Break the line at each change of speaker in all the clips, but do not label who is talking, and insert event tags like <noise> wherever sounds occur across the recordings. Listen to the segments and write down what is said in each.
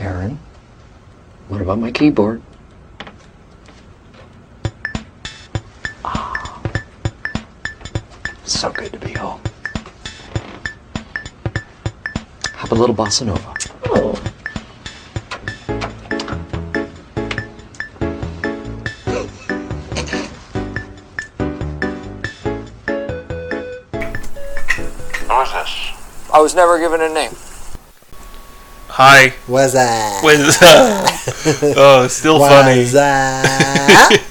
Aaron, what about my keyboard? Ah, so good to be home. Have a little bossa nova.
Oh.
Who is this?
I was never given a name.
Hi.
What's that?
Was
<laughs>
oh, it's still funny. <laughs>
What's that?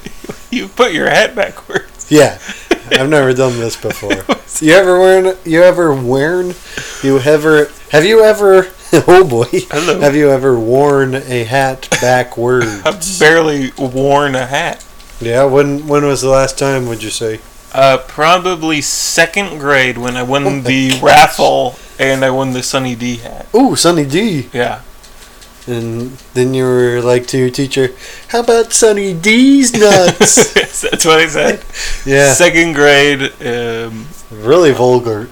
you put your hat backwards.
yeah. I've never done this before. You ever wearing? You ever worn? You ever? Have you ever? <laughs> Oh boy!
Hello.
Have you ever worn a hat
<laughs>
backward?
I've barely worn a hat.
yeah. When when was the last time? Would you say?
Uh, probably second grade when I won
Oh
the raffle and I won the Sunny D hat.
Ooh, Sunny D.
Yeah.
And then you were like to your teacher, "How about Sunny
<laughs>
D's nuts?"
That's what I said.
yeah.
Second grade. Um,
really vulgar.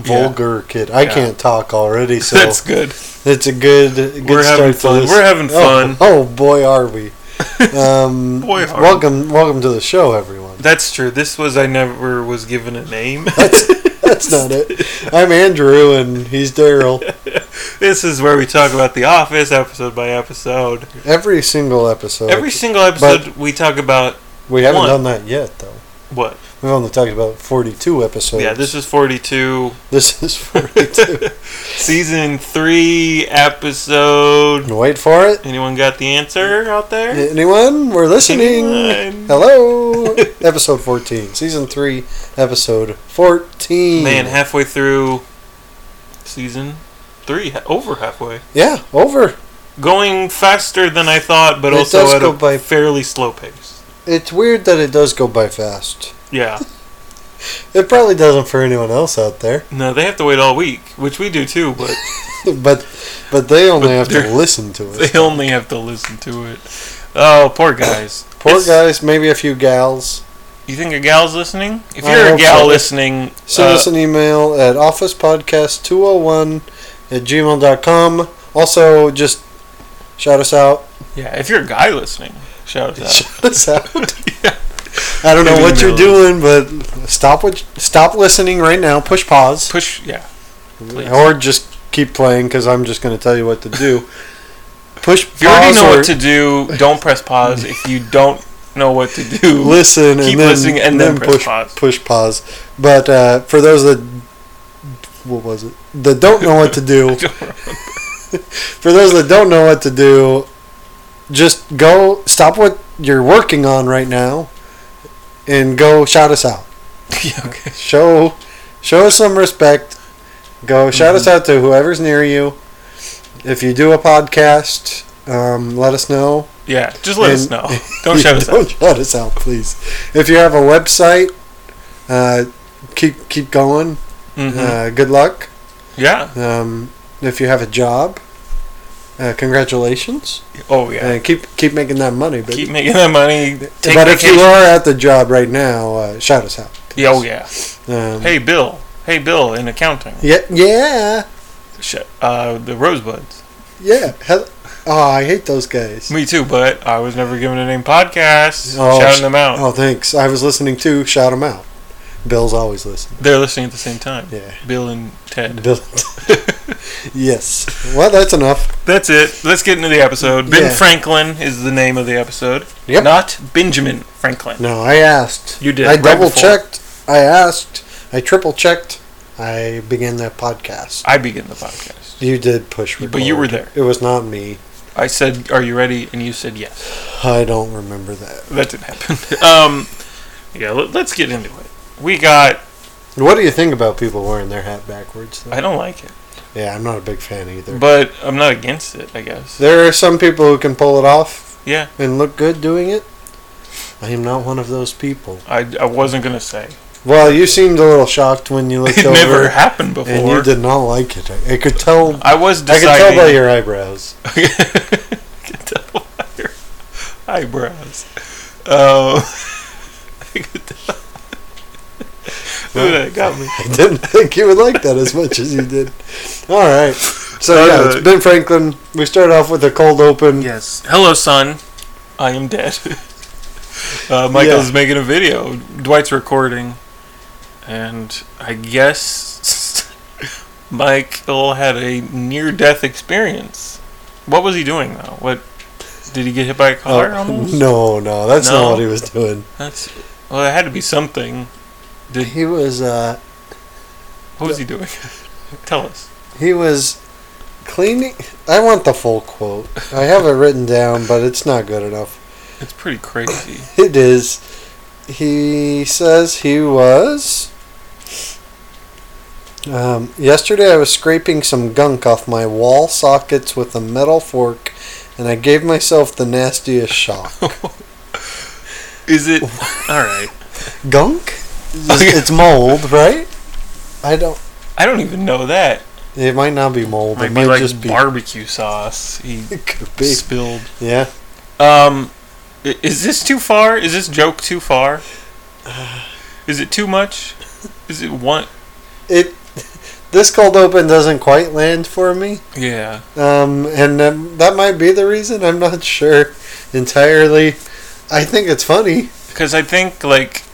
Vulgar kid. I
Yeah.
can't
<laughs>
talk already, so
That's good.
It's a good, good
We're having
start to
fun.
this-
We're having
Oh,
fun.
Oh, boy,
<laughs>
are we! Um,
Boy, are we.
welcome, welcome to the show, everyone. <laughs>
That's true. This was I never was given a name.
That's not it. I'm Andrew, and he's Daryl.
<laughs> this is where we talk about The Office episode by episode.
Every single episode.
Every single episode we talk about
we haven't
one.
done that yet, though.
what?
We've only talked about 42 episodes.
Yeah, this is 42.
this is <laughs> 42.
<laughs> Season 3 episode.
Wait for it.
Anyone got the answer out there?
Anyone? We're listening.
Anyone?
Hello. episode 14, season three, episode 14.
Man, halfway through season 3, ha- over halfway.
yeah, over.
Going faster than I thought, but
It
also
does
at
go
a
by-
fairly slow pace.
It's weird that it does go by fast. <laughs>
Yeah.
It probably doesn't for anyone else out there, <laughs>
No, they have to wait all week, which we do too, but
but but they only have to
they're-
listen to us.
they only have to listen to it. Oh, poor guys.
Poor
It's-
guys, maybe a few gals.
You think a gal's listening? If
I
you're a
hope
gal
so.
listening,
Send
uh,
us an email at officepodcast201 at gmail.com. Also, just shout us out.
<laughs> yeah, if you're a guy listening, shout us out.
Shout us out. <laughs> I don't know
Maybe
what you're
email
doing, but stop what, stop listening right now. Push pause.
Push, yeah. Please.
Or just keep playing because I'm just going to tell you what to do.
<laughs>
Push
If you already
pause
know
or
what to do, don't press pause. If you don't know what to do,
listen
keep
and then,
listening and then, press
push
pause.
push pause. But uh, for those that what was it that don't know what
<laughs>
to do, for those that don't know what to do, just go stop what you're working on right now, and go shout us out.
yeah, okay.
Show show us some respect. Go shout
Mm-hmm.
us out to whoever's near you. If you do a podcast, um, let us know.
Yeah, just let us
And-
know.
<laughs>
Don't shout us out.
Don't shout us out, please. If you have a website, uh, keep keep going.
hmm
Uh, good luck.
Yeah.
Um, if you have a job, uh, congratulations.
Oh yeah.
Uh, keep keep making that money, but
Keep making that money. Take
but if
vacation.
you are at the job right now, uh, shout us out.
yeah, oh yeah.
Um,
Hey Bill. Hey Bill in accounting.
Yeah, yeah,
Sh- Uh, the rosebuds.
yeah. Hell- Oh, I hate those guys.
Me too, but I was never given a name. Podcast.
Oh,
Shouting
sh-
them out.
Oh, thanks. I was listening to shout them out. Bill's always listening.
They're listening at the same time.
Yeah.
<laughs> Bill and
<laughs>
Ted.
Bill. yes. Well, that's enough.
That's it. Let's get into the episode. Ben
Yeah.
Franklin is the name of the episode.
Yep.
Not Benjamin Franklin.
No, I asked.
You did,
I
right
double
before.
checked. I asked. I triple checked. I began that podcast.
I begin the podcast.
You did push record.
But you were there.
It was not me.
I said, "Are you ready?" and you said, "Yes."
I don't remember that.
That didn't happen. <laughs> um, yeah, let, let's get into it. We got.
What do you think about people wearing their hat backwards? though?
I don't like it,
yeah, I'm not a big fan either.
but I'm not against it. I guess.
there are some people who can pull it off
Yeah,
and look good doing it. I am not one of those people.
I, I wasn't gonna say
Well, you seemed a little shocked when you looked
it
over,
<laughs> never happened
and you
before.
did not like it. I, I could tell.
I was
I could tell
deciding.
by your eyebrows.
could tell by your <laughs> eyebrows. Um, I could tell- Ooh, that got me.
I didn't <laughs> think you would like that as much as you did. All right. So
uh,
yeah, it's Ben Franklin. We start off with a cold open.
Yes. Hello, son. I am dead. uh, Michael's
Yeah.
making a video. Dwight's recording, and I guess <laughs> Michael had a near-death experience. What was he doing though? What did he get hit by a
Oh,
car? almost?
<laughs> no, no, that's
No.
not what he was doing.
That's well. It had to be something. Did
He was uh,
what was he doing? <laughs> Tell us.
he was cleaning. I want the full quote. I have it written down, but it's not good enough.
It's pretty crazy.
It is. He says he was. Um, yesterday, I was scraping some gunk off my wall sockets with a metal fork, and I gave myself the
<laughs>
nastiest shock.
<coughs> Is <laughs> it all right?
gunk? It's,
Okay.
it's mold, right? I don't.
I don't even know that.
It might not be mold.
Might
it
be like
just be.
barbecue sauce. He
it could <laughs> be.
spilled.
Yeah.
Um, i- is this too far? Is this joke too
<sighs>
far? Is it too much? Is it one?
It. This cold open doesn't quite land for me,
Yeah.
um, and um, that might be the reason. I'm not <laughs> sure entirely. I think it's funny.
Because I think like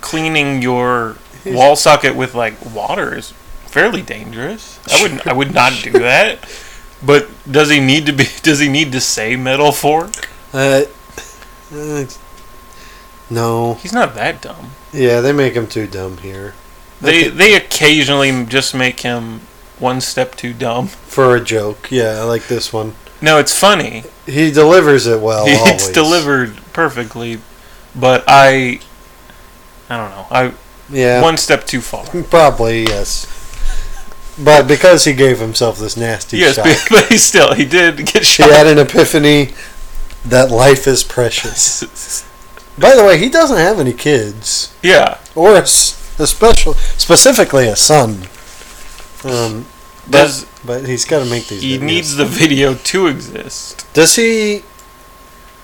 cleaning
<laughs>
your wall socket with like water is fairly dangerous. I would I would not do
<laughs>
that. But does he need to be? <laughs> Does he need to say metal fork?
Uh, uh, no.
He's not that dumb.
Yeah, they make him too dumb here
They they occasionally just make him one step too dumb. <laughs>
for a joke. Yeah, I like this one.
No, it's funny.
He delivers it well.
it's <laughs>
Oh, always.
delivered perfectly, but I, I don't know. I
Yeah.
one step too far.
Probably yes. But because he gave himself this nasty
yes,
shot,
<laughs> but, but he still he did get
he
shot.
had an epiphany that life is precious. By the way, he doesn't have any kids
<laughs> yeah,
or a, s- a special, specifically a son. Um,
does
but he's got to make these.
he
videos.
needs the video to exist?
Does he?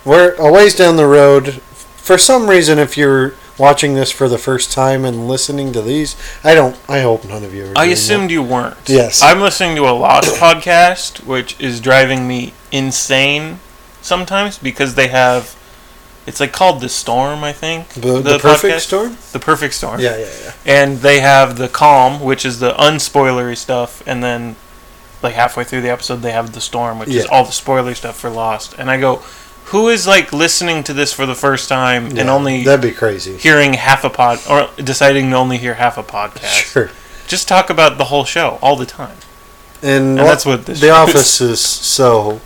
We're a ways down the road. For some reason, if you're watching this for the first time and listening to these, I don't. I hope none of you. Are
I
doing that.
assumed you weren't.
Yes.
I'm listening to a Lost podcast, which is driving me insane sometimes because they have. It's like called the storm, I think.
the, the, perfect
podcast.
storm.
The perfect storm.
Yeah, yeah, yeah.
and they have the calm, which is the unspoilery stuff, and then like halfway through the episode they have the storm, which is
Yeah.
all the spoiler stuff for Lost. And I go, who is like listening to this for the first time and
Yeah,
only
that'd be crazy.
hearing half a pod or deciding to only hear half a podcast?
Sure.
Just talk about the whole show all the time. And
And,
that's
what-
what this
the
show
office is so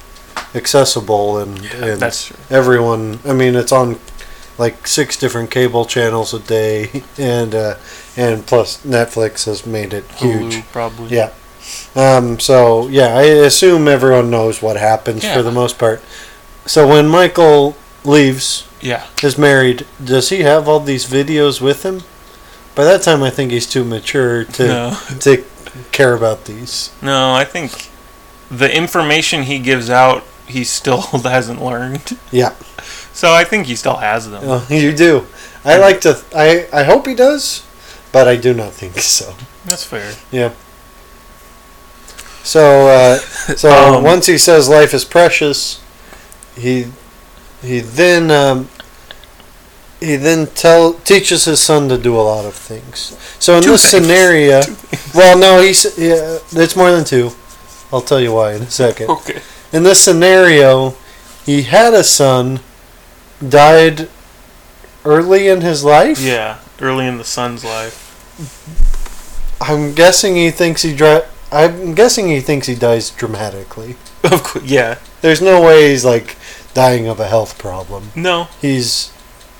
accessible and, and
That's true.
everyone. I mean, it's on like six different cable channels a day, <laughs> and uh, and plus Netflix has made it
Hulu,
huge.
probably.
Yeah. Um, so yeah, I assume everyone knows what happens
Yeah.
for the most part. So when Michael leaves,
Yeah.
is married, does he have all these videos with him? By that time, I think he's too mature to
No.
to care about these.
No, I think the information he gives out he still <laughs> hasn't learned.
Yeah,
So I think he still has them.
Oh, <laughs> you do. I like to. I I hope he does, but I do not think so.
That's fair.
Yeah. So uh, so
<laughs> Um,
once he says life is precious, he he then um, he then tell teaches his son to do a lot of things. So
<laughs>
in
Two
this
things.
scenario, well, no, he's yeah, uh, it's more than two. I'll tell you why in a second
Okay.
in this scenario, he had a son, died early in his life.
Yeah, early in the son's life.
I'm guessing he thinks he dri- I'm guessing he thinks he dies dramatically.
Of course, yeah.
There's no way he's like dying of a health problem.
No.
He's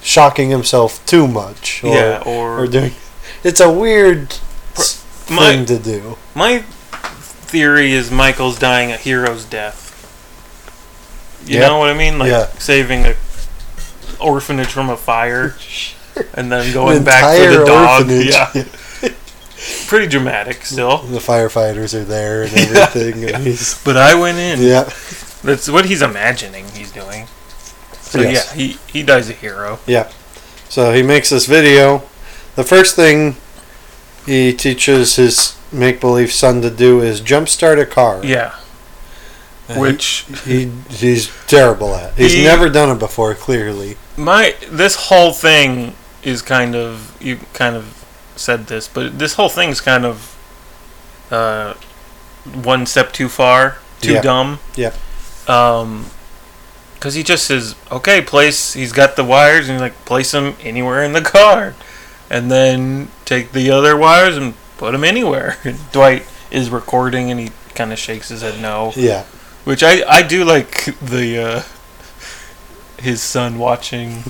shocking himself too much. Or,
yeah, or,
Or doing. It's a weird s-
my
thing to do.
my theory is Michael's dying a hero's death. You
Yeah.
know what I mean? Like
Yeah.
saving a orphanage from a
<laughs>
fire and then going
An
back for the
entire
dog.
orphanage. <laughs>
Yeah. Pretty dramatic still.
The firefighters are
<laughs>
there and everything. and he's,
But I went in.
yeah.
That's what he's imagining he's doing. So
Yes.
yeah, he he dies a hero.
So he makes this video. The first thing He teaches his make believe son to do is jumpstart a car.
Yeah. Which
He he's terrible at. He's
He-
never done it before. Clearly,
my this whole thing is kind of you kind of said this, but this whole thing's kind of uh, one step too far, too
Yeah.
dumb.
Yep.
Um, because he just says, "Okay, place." He's got the wires, and he's like, "Place them anywhere in the car," and then take the other wires and put them anywhere. <laughs> Dwight is recording, and he kind of shakes his head no.
yeah.
Which I, I do like the uh, his son watching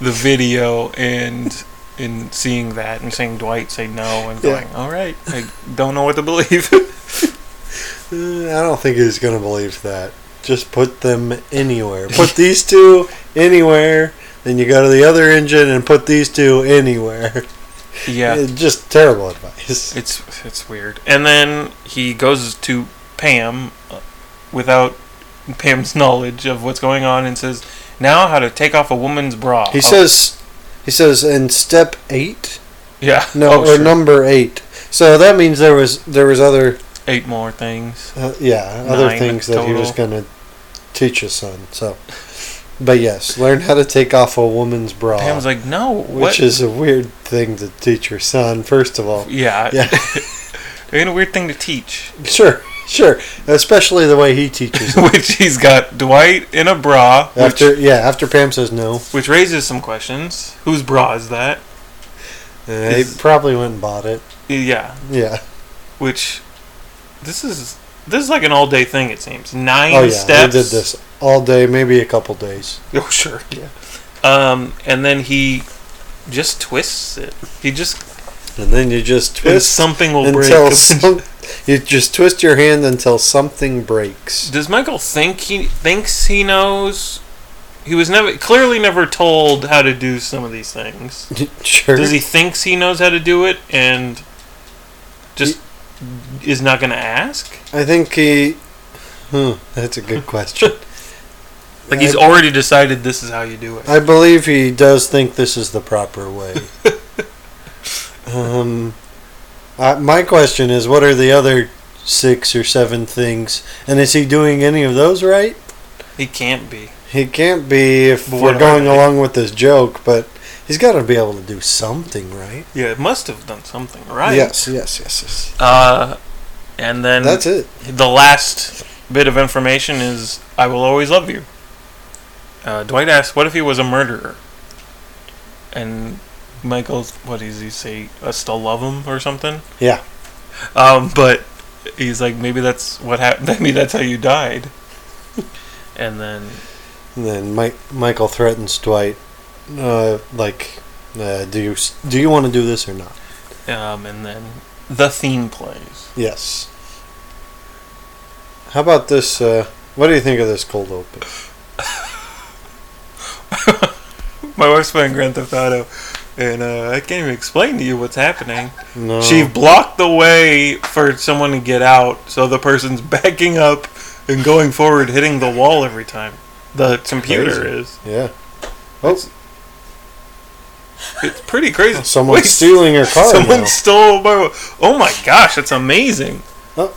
the video and and seeing that and seeing Dwight say no and
Yeah.
going, all right, I don't know what to
<laughs>
believe. <laughs>
Uh, I don't think he's gonna believe that. Just put them anywhere. Put
<laughs>
these two anywhere. Then you go to the other engine and put these two anywhere.
yeah,
It's just terrible advice.
it's it's weird. And then he goes to Pam uh, without Pam's knowledge of what's going on and says, now how to take off a woman's bra.
He
Oh,
says, he says in step eight,
yeah,
no,
Oh,
or
sure.
number eight. So that means there was there was other
eight more things.
uh, yeah other
Nine
things that he was
total.
gonna teach his son. So, but yes, learn how to take off a woman's bra,
Pam's like, no, what?
which is a weird thing to teach your son. First of all, <laughs>
Yeah. <laughs>
Yeah.
and a weird thing to teach, <laughs>
sure, sure, especially the way he teaches. it.
which he's got Dwight in a bra, which,
after yeah, after Pam says no,
which raises some questions. Whose bra is that?
they probably went and bought it.
Yeah,
Yeah,
which this is this is like an all day thing. It seems nine
oh yeah,
steps.
they did this all day, maybe a couple days.
<laughs> Oh sure, yeah. Um, and then he just twists it. He just
And then you just
and
twist
something will break.
<laughs>
<laughs>
until some, you just twist your hand until something breaks.
Does Michael think he thinks he knows? He was never clearly never told how to do some of these things.
<laughs> sure.
Does he thinks he knows how to do it and just is not going to ask?
I think he. Hmm, that's a good question.
<laughs> Like he's already decided this is how you do it.
I believe he does think this is the proper way.
<laughs>
um, I, my question is, what are the other six or seven things, and is he doing any of those right?
He can't be.
He can't be if
But what
we're
are
going
they?
along with this joke, but he's got to be able to do something, right?
Yeah, it must have done something right.
Yes, yes, yes, yes.
Uh, and then
That's it.
the last bit of information is I will always love you. Uh, Dwight asks, "What if he was a murderer?" And Michael's, "What does he say? I still love him or something."
Yeah.
Um, but he's like, "Maybe that's what happened. <laughs> Maybe that's how you died." And then,
And then Mike, Michael threatens Dwight, uh, like, uh, do you s- do you want to do this or not?
um, and then the theme plays.
Yes. How about this? Uh, what do you think of this cold open?
My wife's playing Grand Theft Auto, and uh, I can't even explain to you what's happening.
No.
She blocked the way for someone to get out, so the person's <laughs> backing up and going forward, hitting the wall every time. The computer
Crazy.
is.
Yeah. Oh,
It's pretty crazy.
<laughs> someone's
Wait,
stealing her car
Someone stole my. Oh my gosh, it's amazing.
now.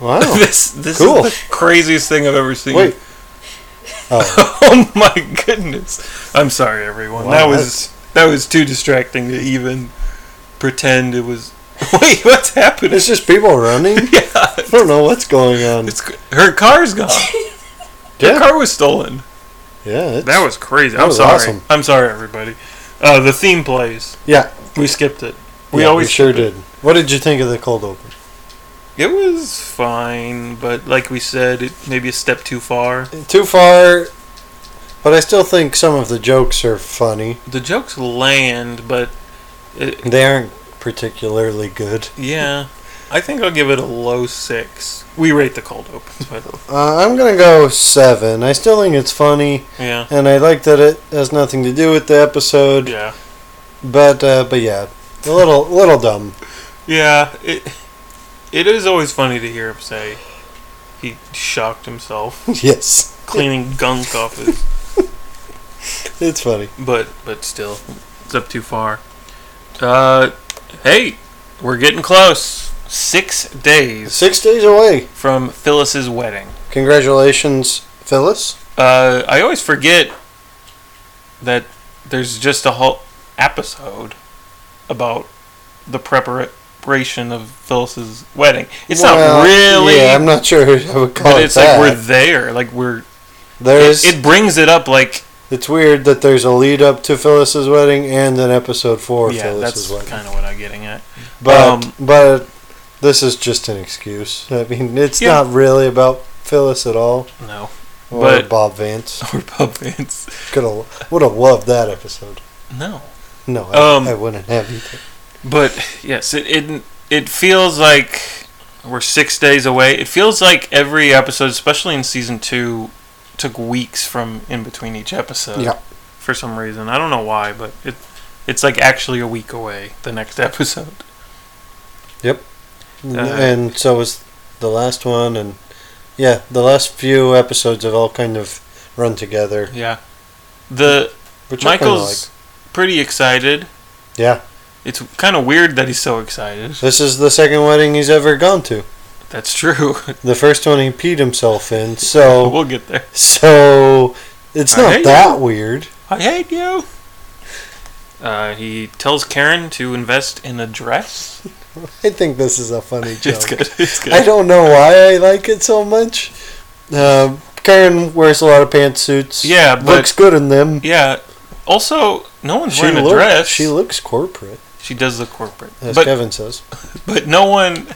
Wow.
<laughs> this this
Oh, Cool.
is the craziest thing I've ever seen. <laughs>
Wait. Oh,
Oh my goodness. I'm sorry, everyone.
Wow,
that was that was too distracting to even pretend it was. <laughs> Wait, what's happening?
it's just people running.
<laughs> Yeah,
I don't know what's going on.
it's her car's
<laughs>
gone. Her
Yeah,
car was stolen.
yeah. It's,
That was crazy.
That
I'm
was
sorry.
awesome.
I'm sorry, everybody. Uh, the theme plays.
yeah.
We skipped it. We
yeah,
always
sure
skip it.
did. What did you think of the cold open?
It was fine, but like we said, it maybe a step too far.
Too far, but I still think some of the jokes are funny.
The jokes land, but it,
They aren't particularly good.
yeah, I think I'll give it a low six. We rate the cold opens,
<laughs>
but
Uh, I'm gonna go seven. I still think it's funny.
yeah,
and I like that it has nothing to do with the episode.
yeah,
But uh, but yeah, a little little dumb.
yeah. It it is always funny to hear him say he shocked
<laughs>
himself
yes,
cleaning gunk off his
it's funny.
but but still, it's up too far. Uh, Hey, we're getting close. Six days
Six days away.
from Phyllis's wedding.
Congratulations, Phyllis.
Uh, I always forget that there's just a whole episode about the preparation of Phyllis's wedding. It's
Well,
not really,
Yeah, I'm not sure I would call
but
it
it's
that.
like we're there. Like we're.
There's.
It, it brings it up. Like
it's weird that there's a lead up to Phyllis's wedding and an episode for
yeah,
Phyllis's
that's
wedding.
kind of what I'm getting at.
but
um,
but this is just an excuse. I mean, it's
Yeah.
not really about Phyllis at all
No, <laughs>
or
But-
Bob Vance.
we're puppets.
Could have would have loved that episode.
No.
No, I,
Um,
I wouldn't have either.
But yes, it, it it feels like we're six days away. It feels like every episode, especially in season two, took weeks from in between each episode.
Yeah.
For some reason, I don't know why, but it it's like actually a week away. The next <laughs> episode. uh,
Mm-hmm. and so was the last one, and yeah, the last few episodes have all kind of run together.
Yeah. The
Which I kinda
Michael's pretty excited.
like. yeah,
It's kind of weird that he's so excited.
this is the second wedding he's ever gone to.
That's true. <laughs>
The first one he peed himself in, <laughs> so
we'll get there.
so it's
I
not
hate
that weird.
I hate you. Uh, he tells Karen to invest in a dress.
I think this is a funny
<laughs>
joke.
It's good. It's good.
I don't know why I like it so much. Uh, Karen wears a lot of pantsuits.
Yeah, but-
looks good in them.
Yeah. Also, no one's
She
wearing a
look-
dress.
She looks corporate,
She does look corporate,
as
but
Kevin says.
but no one,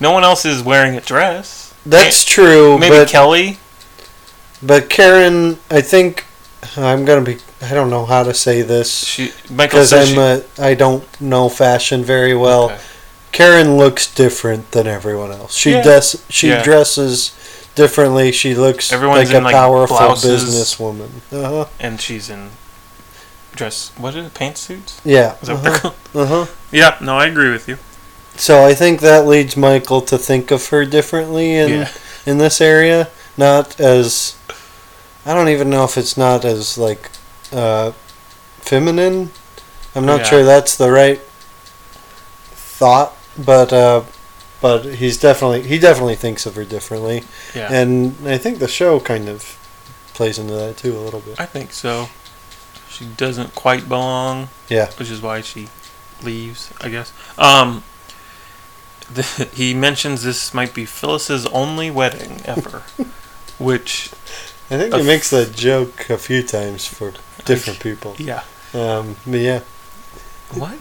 no one else is wearing a dress.
That's true,
Maybe
but
Kelly.
but Karen, I think I'm gonna be. I don't know how to say this
She Michael
because
says
I'm
she,
a. I don't know fashion very well.
Okay.
Karen looks different than everyone else. She
Yeah.
does. She
Yeah.
dresses differently. She looks
Everyone's
like a
in, like,
powerful
blouses.
businesswoman. Uh huh.
and she's in dress. What are it? Pantsuits.
Yeah.
Is that what they're
Uh
called? <laughs>
huh.
Yeah. No, I agree with you.
So I think that leads Michael to think of her differently in
Yeah.
in this area, not as I don't even know if it's not as like uh, feminine. I'm not
Yeah.
sure that's the right thought, but uh, but he's definitely he definitely thinks of her differently,
Yeah.
and I think the show kind of plays into that too a little bit.
I think so. She doesn't quite belong.
Yeah.
Which is why she leaves, I guess. Um. <laughs> The, he mentions this might be Phyllis's only wedding
<laughs>
ever, which
I think he makes that joke a few times for different people.
yeah.
Um, but yeah.
What?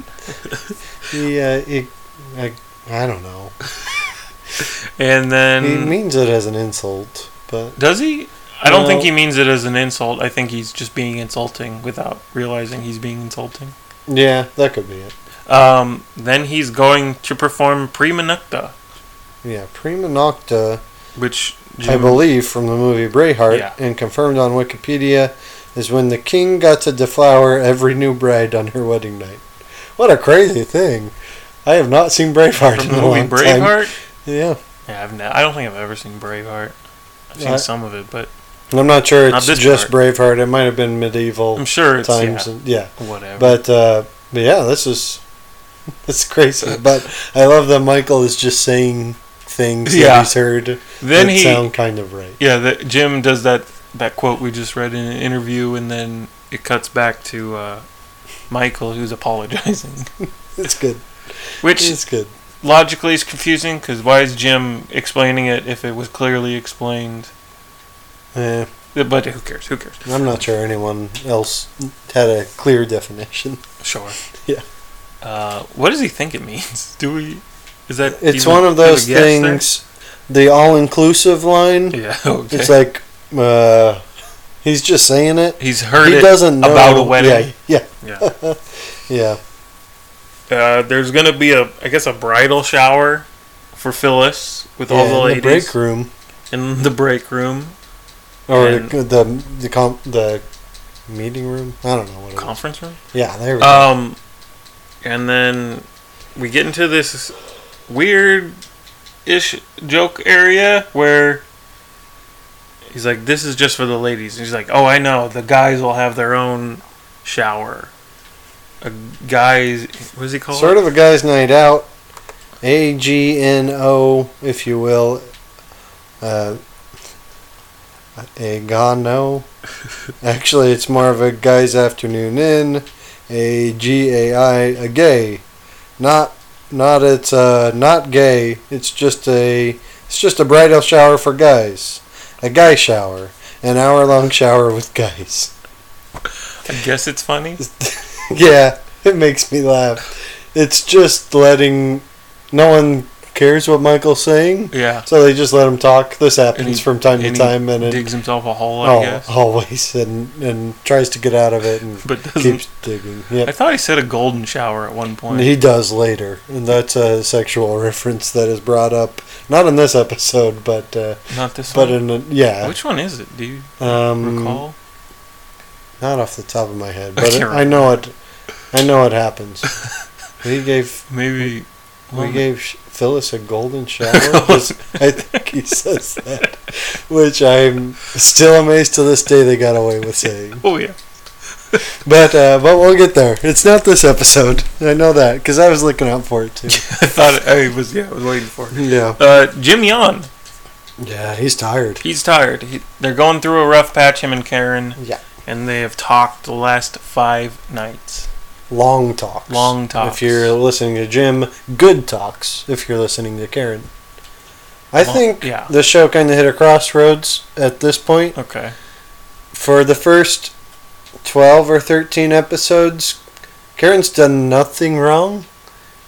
He, uh, he, I, I don't know.
And then
he means it as an insult, but
does he? I don't think
No.
he means it as an insult. I think he's just being insulting without realizing he's being insulting.
yeah, that could be it.
Um, then he's going to perform Prima Nocta,
Yeah, Prima Nocta,
which
I
Jim-
believe, from the movie Braveheart,
Yeah.
and confirmed on Wikipedia, is when the king got to deflower every new bride on her wedding night. What a crazy thing! I have not seen Braveheart
from
in
the
a
movie
long time.
Braveheart.
Yeah,
Yeah, I've ne- I don't think I've ever seen Braveheart. I've seen
I-
some of it, but
And I'm not sure
Not
it's
this
just Braveheart. It might have been medieval
I'm sure it's
times.
yeah,
and- yeah.
whatever.
But uh, but yeah, this is <laughs> it's crazy. But I love that Michael is just saying things that
Yeah.
he's heard
then
that
he
sound kind of right.
yeah, the, Jim does that that quote we just read in an interview, and then it cuts back to uh, Michael who's apologizing, <laughs>
It's good.
which
It's good.
logically it's confusing because why is Jim explaining it if it was clearly explained?
Eh,
But who cares? Who cares?
I'm not sure anyone else had a clear definition.
Sure.
Yeah.
Uh, what does he think it means? <laughs> Do we? Is that?
It's
even-
one of those
is it a guess
things. The all-inclusive line.
there? <laughs> Yeah. Okay.
It's like uh, he's just saying it.
he's heard
he
it
doesn't know
about a wedding.
Yeah,
Yeah.
yeah,
Uh, there's gonna be a, I guess, a bridal shower for Phyllis with
yeah.
all the
in the
ladies
break room
in the break room
or
And-
the the the, com- the meeting room. I don't know what it is.
conference room.
Yeah, there we go.
Um, and then we get into this weird ish joke area where he's like, This is just for the ladies. And he's like, Oh, I know. The guys will have their own shower. a guy's what is he called?
Sort of a guy's night out, A G N O, if you will. Uh, a gano. Actually, it's more of a guy's afternoon in. A G A I, a gay. Not, not it's uh, not gay. It's just a, it's just a bridal shower for guys. A guy shower, an hour long shower with guys.
I guess it's funny.
<laughs> yeah, it makes me laugh. It's just letting no one cares what Michael's saying,
Yeah.
so they just let him talk. This
And
happens
he-
from time to
and he
time, and it
digs himself a hole. I
oh,
guess,
always and and tries to get out of it and
but <laughs> doesn't.
keeps digging.
I
Yep.
thought he said a golden shower at one
And
point.
he does later, and that's a sexual reference that is brought up not in this episode, but uh,
Not this
but
one.
in a, yeah,
Which one is it? Do you
um,
recall?
not off the top of my head,
<laughs> I
but
can't
I know it. I know
<laughs>
it happens. he gave
Maybe.
We
well,
gave Sh- Phyllis
<laughs>
a golden shower. 'cause I think he says that, which I'm still amazed to this day they got away with saying.
oh yeah. <laughs>
But uh, but we'll get there. It's not this episode. I know that because I was looking out for it too.
I thought it, I was. <laughs> Yeah, I was waiting for it.
yeah,
Uh, Jim Yon.
yeah, he's tired.
He's tired. He, they're going through a rough patch. Him and Karen.
Yeah.
And they have talked the last five nights.
Long talks.
Long talks.
If you're listening to Jim, good talks. If you're listening to Karen, I
Long-
think
yeah.
the show kind of hit a crossroads at this point.
Okay.
for the first 12 or 13 episodes, Karen's done nothing wrong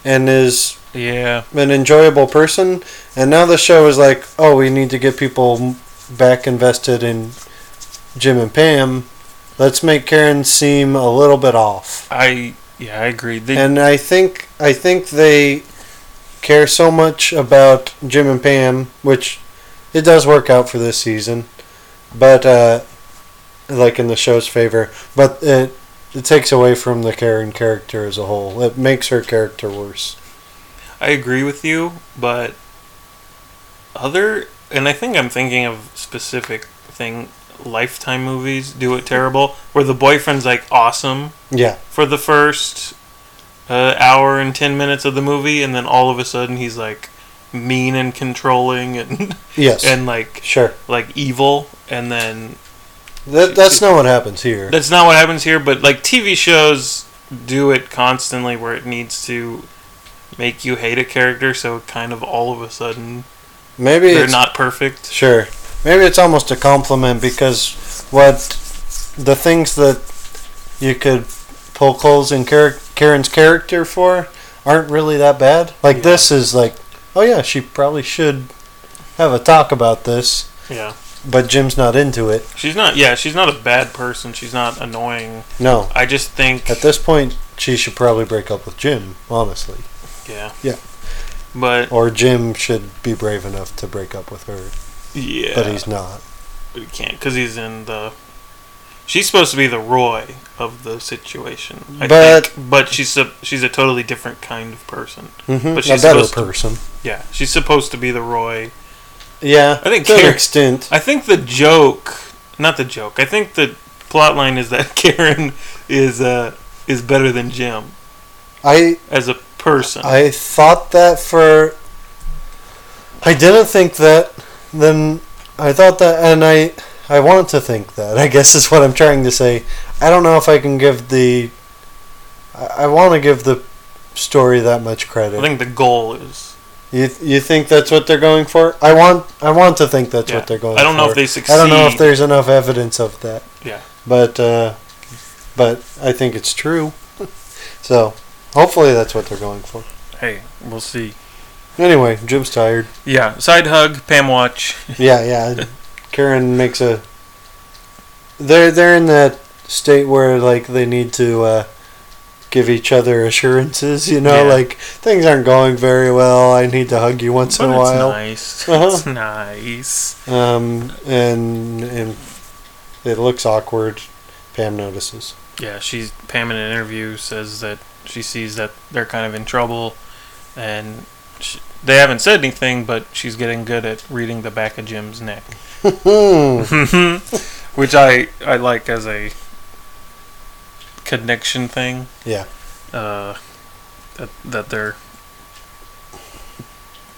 and is
Yeah.
an enjoyable person. And now the show is like, oh, we need to get people back invested in Jim and Pam. Let's make Karen seem a little bit off.
I. Yeah, I agree. They,
And I think I think they care so much about Jim and Pam, which it does work out for this season, but uh, like in the show's favor, but it it takes away from the Karen character as a whole. It makes her character worse.
I agree with you, but other and I think I'm thinking of specific thing lifetime movies do it terrible where the boyfriend's like awesome
Yeah,
for the first uh, hour and 10 minutes of the movie and then all of a sudden he's like mean and controlling and
yes,
and like
sure.
like evil and then
That that's not what happens here.
that's not what happens here, but like TV shows do it constantly where it needs to make you hate a character so it kind of all of a sudden
Maybe
they're
it's-
not perfect.
Sure. Maybe it's almost a compliment because what the things that you could poke holes in Kar- Karen's character for aren't really that bad. Like
Yeah.
this is like, oh yeah, she probably should have a talk about this,
Yeah.
but Jim's not into it.
She's not yeah, she's not a bad person. She's not annoying.
No.
I just think
At this point, she should probably break up with Jim, honestly.
yeah.
Yeah.
But
Or Jim should be brave enough to break up with her,
yeah.
but he's not.
but he can't cuz he's in the She's supposed to be the Roy of the situation. I
But-
think. but she's a, she's a totally different kind of person.
hmm
Mm-hmm. But
But
she's
a better
supposed to-
person.
Yeah, she's supposed to be the Roy
Yeah.
I think
to an
Karen-
extent.
I think the joke, not the joke. I think the plot line is that <laughs> Karen is uh, is better than Jim
I
as a person.
I thought that for. I didn't think that. Then I thought that, and I I want to think that. I guess is what I'm trying to say. I don't know if I can give the. I, I want to give the story that much credit.
I think the goal is.
you you think that's what they're going for? I want I want to think that's
Yeah.
what they're going.
I don't know if
for.
they
I don't know if
succeed.
there's enough evidence of that.
Yeah.
But uh, but I think it's true. <laughs> so hopefully that's what they're going for.
Hey, we'll see.
Anyway, Jim's tired.
Yeah, side hug, Pam watch.
Yeah, yeah. Karen makes a. They're they're in that state where like they need to uh, give each other assurances. You know,
Yeah.
like things aren't going very well. I need to hug you once
But
in a
it's
while.
nice.
<laughs> Uh-huh.
It's nice.
Um, and and it looks awkward. Pam notices. <laughs>
Yeah, she's Pam in an interview says that she sees that they're kind of in trouble, and she, they haven't said anything, but she's getting good at reading the back of Jim's
<laughs>
neck.
Hmm.
which I I like as a connection thing.
Yeah.
uh, that that they're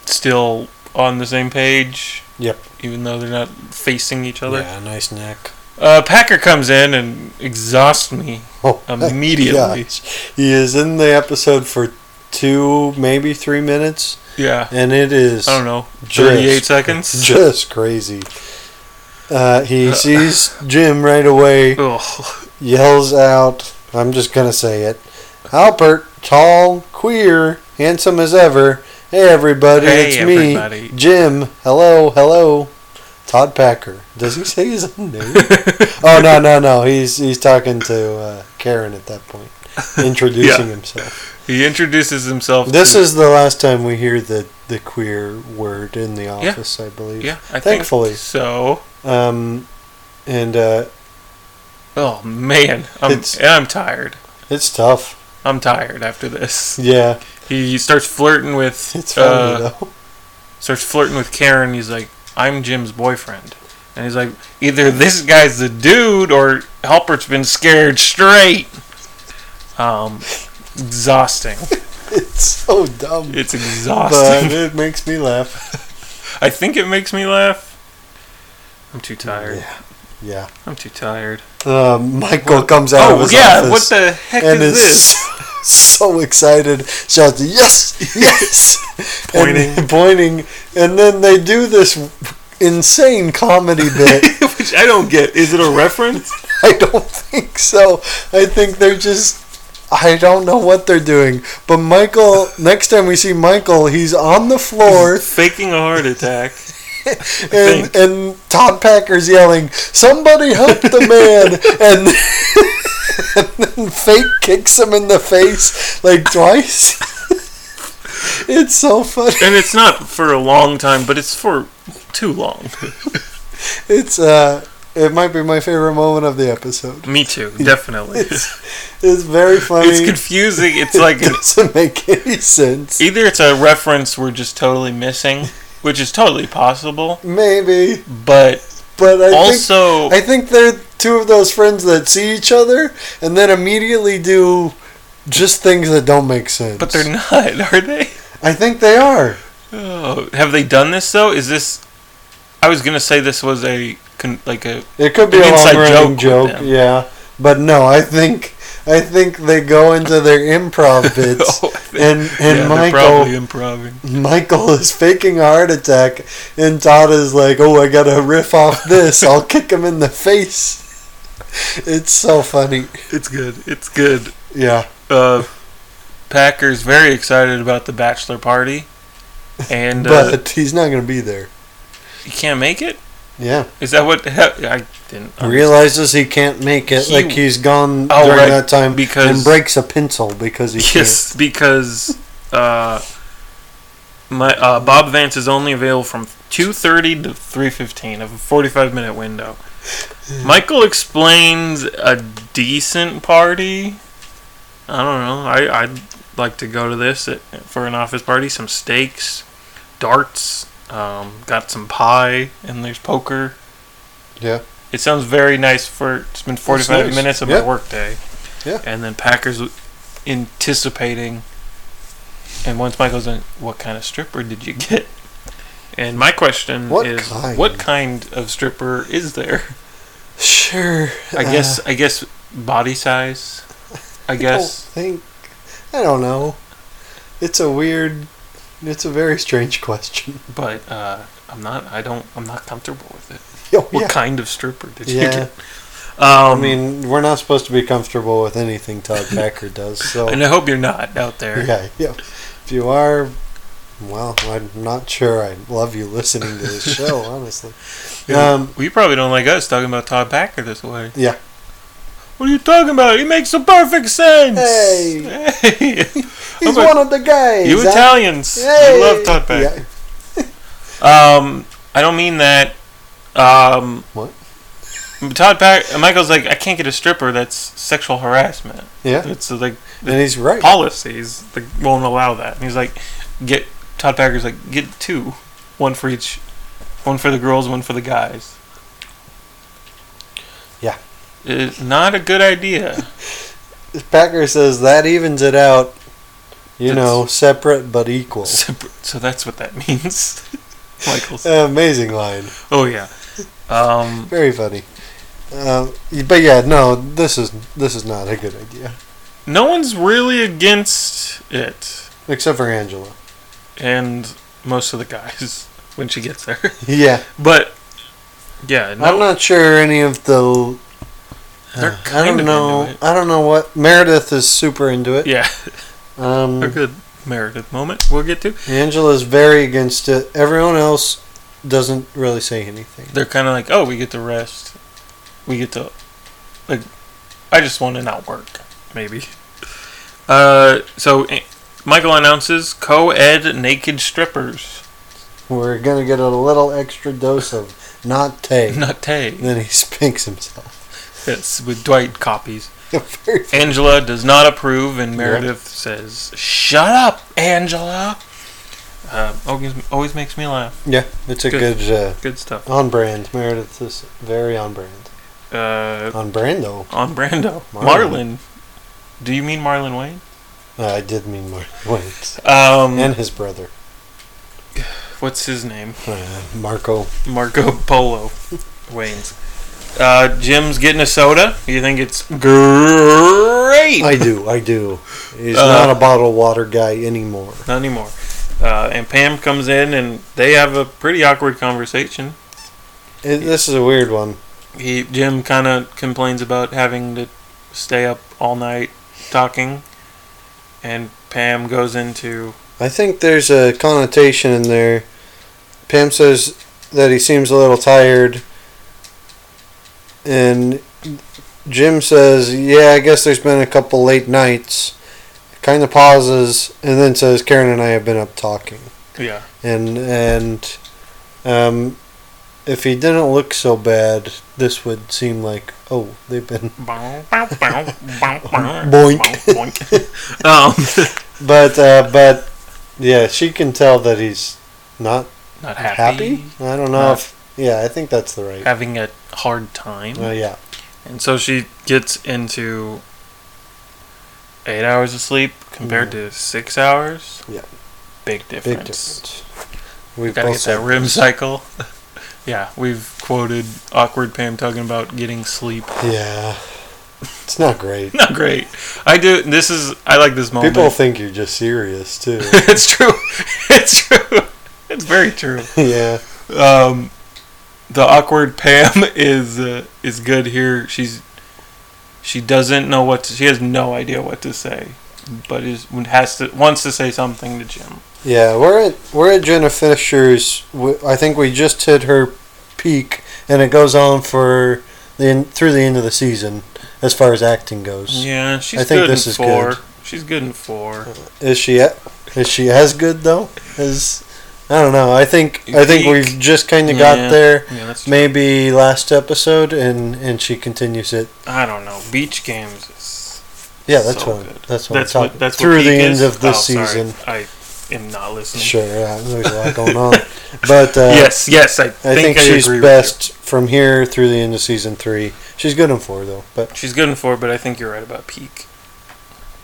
still on the same page,
Yep.
even though they're not facing each other.
Yeah, nice neck. <laughs>
Uh, Packer comes in and exhausts me
Oh, <laughs>
immediately.
gosh. He is in the episode for two, maybe three minutes,
Yeah,
and it is
I don't know,
Just-
thirty-eight seconds.
<laughs> just crazy. Uh,
<laughs>
he sees Jim right away,
Ugh.
yells out, I'm just going to say it Albert, tall, queer, handsome as ever. Hey, everybody,
<laughs> Hey,
it's
everybody."
me, Jim. Hello, hello. Todd Packer. Does he say his
<laughs>
own name? oh, no, no, no. He's, he's talking to uh, Karen at that point,
<laughs>
introducing himself.
he introduces himself.
This
to-
is the last time we hear the, the queer word in the office, I believe.
yeah, I
thankfully.
think so.
Um, and uh,
Oh man, I'm,
It's-
and I'm tired.
it's tough.
I'm tired after this.
Yeah,
He starts flirting with.
it's funny
uh,
though. <laughs>
starts flirting with Karen. He's like, "I'm Jim's boyfriend," and he's like, "Either this guy's the dude, or Halpert's been scared straight." Um, exhausting.
It's so dumb,
<laughs> It's
but
exhausting.
it makes me laugh.
I think it makes me laugh. I'm too tired.
Yeah, yeah.
I'm too tired.
Um, Michael comes out of
Oh
his
yeah,
office
what the heck
and
is
is
this?
<laughs> so excited, shouts,
<laughs>
"Yes, yes!"
Pointing.
and, pointing, and then they do this insane comedy bit
<laughs> Which I don't get. Is it a reference? <laughs>
<laughs> I don't think so. I think they're just. I don't know what they're doing. But Michael, next time we see Michael, he's on
<laughs>
the floor
Faking a heart attack.
and, and Todd Packer's yelling, Somebody help the man! and, and <laughs> then Fake kicks him in the face like twice. <laughs> it's so funny.
And it's not for a long time, but it's for too long.
It's, uh, it might be my favorite moment of the episode.
Me <laughs> too, definitely.
It's, it's very funny.
It's confusing. It's like e
it
an,
doesn't make any sense.
either it's a reference we're just totally missing, which is totally possible,
Maybe.
but
But I
also
think I think they're two of those friends that see each other and then immediately do just things that don't make sense.
but they're not, are they?
I think they are.
Oh, have they done this though? Is this? I was gonna say this was a con, like a
It could be
An
a long
inside joke
running joke,
with them.
yeah. But no, I think I think they go into their
<laughs>
improv bits
Oh, I think-
and and
yeah, they're probably
Michael
improving.
Michael is faking a heart attack and Todd is like, Oh, I gotta riff off this, I'll kick him in the face. <laughs> It's so funny.
It's good. It's good.
Yeah.
Uh, Packer's very excited about the bachelor party, and uh,
<laughs> But he's not gonna be there.
he can't make it.
Yeah.
Is that what? <laughs> hap I didn't.
realizes he can't make it,
He-
like he's gone
Oh,
during
right,
that time,
because-
and breaks a pencil because he <laughs>
Yes, <laughs> because uh, my uh, Bob Vance is only available from two thirty to three fifteen of a forty five minute
<sighs>
window. Michael explains a decent party. I don't know. I I'd like to go to this at, for an office party. Some steaks, darts. Um, got some pie and there's poker.
can't. Yeah,
It sounds very nice for it's been 45
nice.
minutes of
Yeah.
my workday.
Yeah.
And then Packers w- anticipating. And once Michael's in, what kind of stripper did you get? And my question
What
is,
kind?
what kind of stripper is there?
sure. <laughs>
I guess I guess body size.
Oh.
I guess
I don't think. I don't know. It's a weird. It's a very strange question. <laughs>
but uh, I'm not. I don't. I'm not comfortable with it.
Oh,
What
yeah.
kind of stripper did you
Yeah.
get? Um,
I mean, we're not supposed to be comfortable with anything Todd Packer does. So
and <laughs> I hope you're not out there.
yeah, yeah. If you are, well, I'm not sure. I love you listening to this
<laughs>
show, honestly. Um,
we probably don't like us talking about Todd Packer this way.
Yeah.
What are you talking about? He makes the perfect sense. <laughs>
Hey.
Hey.
he's
about-
one of the guys.
you
I-
Italians,
Hey!
you love Todd Packer.
Yeah.
Um, I don't mean that. Um,
What?
Todd Packer. Michael's like, I can't get a stripper. That's sexual harassment.
Yeah.
It's like
And he's right.
policies that won't allow that. And he's like, get Todd Packer's like, get two, one for each, one for the girls, one for the guys.
Yeah.
It's not a good idea. <laughs>
Packer says that evens it out. You
That's-
know, separate
<laughs>
but equal.
Separate. So that's what that means. <laughs> Michael's.
Amazing line.
Oh yeah. Um,
Very funny. Uh, but yeah, no, this is this is not a good idea,
no one's really against it,
except for Angela.
and most of the guys <laughs> when she gets there. <laughs>
Yeah,
But yeah, no,
I'm not sure any of the.
they're
I
kind
don't
of
know.
into it.
I don't know what Meredith is super into it.
Yeah, <laughs> a
Um,
good Meredith moment we'll get to.
Angela's very against it. Everyone else doesn't really say anything.
They're kind of like, oh, we get to rest, we get to like, I just want to not work, maybe. <laughs> Uh, so eh, Michael announces co-ed naked strippers,
We're gonna get a little extra dose of not take.
not Tay.
<laughs> Then he spanks himself. <laughs>
Yes, with Dwight copies.
Very funny.
Angela does not approve, and Meredith says, "Shut up, Angela." Uh, always, always makes me laugh.
yeah, it's a
Good.
good, uh,
Good stuff.
on brand. Meredith is very on brand.
Uh,
On brand though.
on Brando. Marlon.
Marlon.
Do you mean Marlon Wayne?
Uh, I did mean <laughs> Mark Wentz
Um,
and his brother
what's his name?
uh, Marco.
Marco <laughs> Polo Wayne's. Uh, Jim's getting a soda. You think it's great?
I do, I do. He's
Uh,
not a bottled water guy anymore.
Not anymore. Uh, and Pam comes in, and they have a pretty awkward conversation.
It, this is a weird one.
He Jim kind of complains about having to stay up all night talking, and Pam goes into
I think there's a connotation in there. Pam says that he seems a little tired, and Jim says, "Yeah, I guess there's been a couple late nights." Kind of pauses and then says, "Karen and I have been up talking."
yeah.
and and um, if he didn't look so bad, this would seem like oh they've been. <laughs>
Boink. <laughs> um,
But uh, but yeah, she can tell that he's not
not happy,
happy. I don't know
Not-
if yeah, I think that's the right.
Having a hard time.
Uh, yeah,
And so she gets into eight hours of sleep compared to six hours.
Mm-hmm. Yeah.
Big difference.
big difference. We've
Gotta
both
get that
said
rim cycle. <laughs> yeah, we've quoted awkward Pam talking about getting sleep. <laughs>
yeah. It's not great.
Not great. I do. This is. I like this moment.
People think you're just serious too.
<laughs> it's true. <laughs> It's true. It's very true.
yeah,
um, the awkward <laughs> Pam is uh, is good here. She's she doesn't know what to, she has no idea what to say, but is has to wants to say something to Jim.
yeah. We're at we're at Jenna Fisher's. w- I think we just hit her peak, and it goes on for the en- through the end of the season as far as acting goes.
Yeah, she's
I think
good
this
in
is
four.
good.
She's good in four.
Is she a- is she as good though? As I don't know. I think I think
Peak.
we've just kind of got
Yeah.
there.
Yeah, that's true.
Maybe last episode, and and she continues it.
I don't know. Beach games. Is,
Yeah, that's
So
what
good.
that's what
that's
I'm
what
talking-
that's what
through
peak
the
is?
end of
Oh,
this
sorry.
season.
I am not listening.
Sure, yeah, there's a
<laughs>
lot going on, but uh,
Yes, yes. I,
I think,
I
she's
agree with
best from here through the end of season three. She's good in four though,
you.
but
She's good in four, but I think you're right about peak.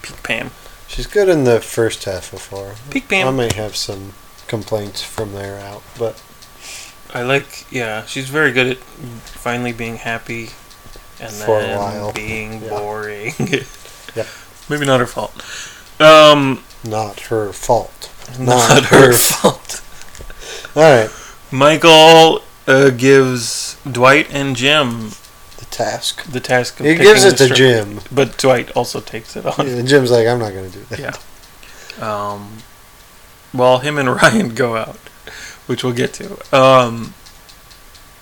Peak Pam.
she's good in the first half of four.
Peak Pam.
I may have some complaints from there out, but
I like, yeah, she's very good at finally being happy and
For a
then
while.
being
Yeah.
boring. <laughs>
Yep.
Maybe not her fault. Um,
not her fault.
not,
Not
her
her.
fault.
All right,
Michael uh, gives Dwight and Jim
the task.
the task of
He
picking
gives it
the
to
strip-
Jim.
But Dwight also takes it on.
Yeah, Jim's like, I'm not gonna do that.
Yeah. Um, well, him and <laughs> Ryan go out, which we'll get to. Um,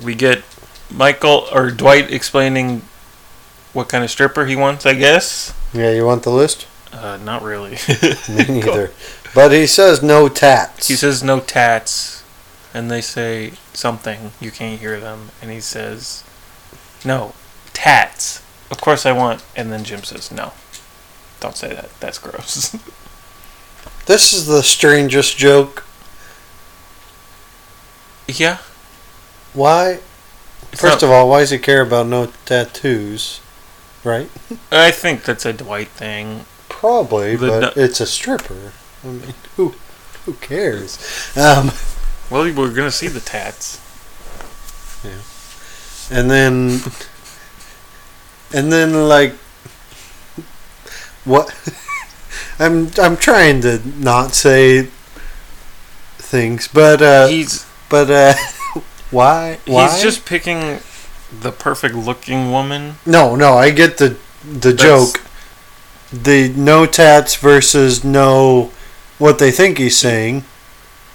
we get Michael or Dwight explaining what kind of stripper he wants, I guess.
Yeah, you want the list?
Uh, not really.
<laughs>
<laughs>
Me neither. But he says no tats.
He says no tats, and they say something. You can't hear them. And he says, no, tats. Of course I want. And then Jim says, no. Don't say that. That's gross. <laughs>
this is the strangest joke.
yeah.
Why?
it's
First
not-
of all, why does he care about no tattoos? right?
I think that's a Dwight thing.
Probably,
The
but
du-
it's a stripper. I mean, who who cares? Um,
Well, we're gonna see the tats.
and then and then like what? <laughs> I'm I'm trying to not say things, but uh,
he's
but uh, <laughs> why why?
he's just picking the perfect looking woman.
no no. I get the the
That's-
joke. The no tats versus no what they think he's saying.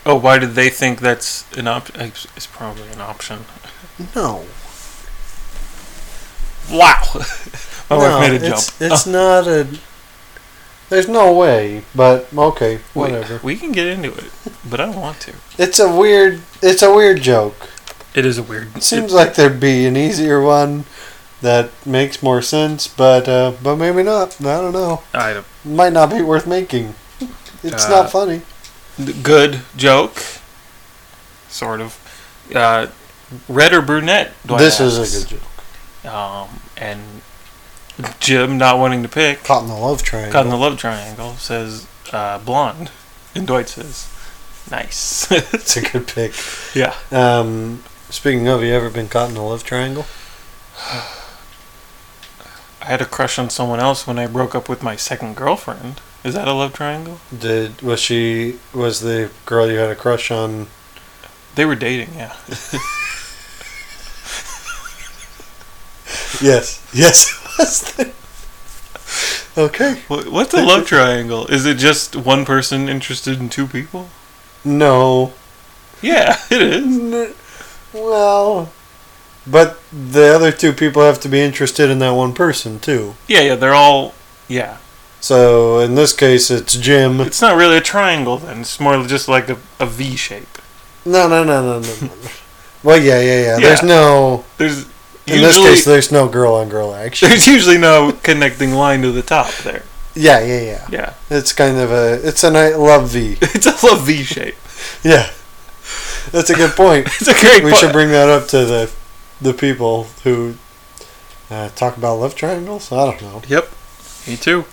Oh, why did they think that's an op? It's it's probably an option.
No.
Wow. <laughs> My
no,
wife made a jump.
it's, It's not a. There's no way, but okay,
<laughs> Wait,
whatever.
we can get into it, but I don't want to.
It's a weird. It's a weird joke.
It is a weird.
It seems like there'd be an easier one that makes more sense, but uh, but maybe not. I don't know.
I don't-
Might not be worth making. It's
Uh,
not funny.
good joke, sort of. Uh, red or brunette? Dwight
This
asks.
is a good joke.
Um, and Jim not wanting to pick,
Caught in the love
caught in
triangle.
the love triangle, says uh, blonde, and Dwight says, "Nice."
It's a good pick.
<laughs> yeah.
Um, speaking of, you ever been caught in a love triangle?
I had a crush on someone else when I broke up with my second girlfriend. Is that a love triangle?
Did was she was the girl you had a crush on?
They were dating, yeah.
Yes. Yes. it was the- <laughs> okay.
Wh- What's a <laughs> love triangle? Is it just one person interested in two people?
No.
Yeah, <laughs> it is.
N- well, but the other two people have to be interested in that one person too.
Yeah, yeah, they're all. Yeah.
So in this case, it's Jim.
It's not really a triangle then. It's more just like a, a V shape.
No, no, no, no, no. no. no. well, yeah, yeah, yeah. There's
Yeah.
no.
There's
In
usually,
this case, there's no girl on girl <laughs>
<laughs>
action.
there's usually no connecting line to the top there.
yeah, yeah, yeah.
Yeah.
It's kind of a. It's a night love v.
<laughs> It's a love V shape.
Yeah, that's a good
<laughs>
point.
It's a great
we
po-
should bring that up to the the people who uh, talk about love triangles. I don't know.
Yep. Me too.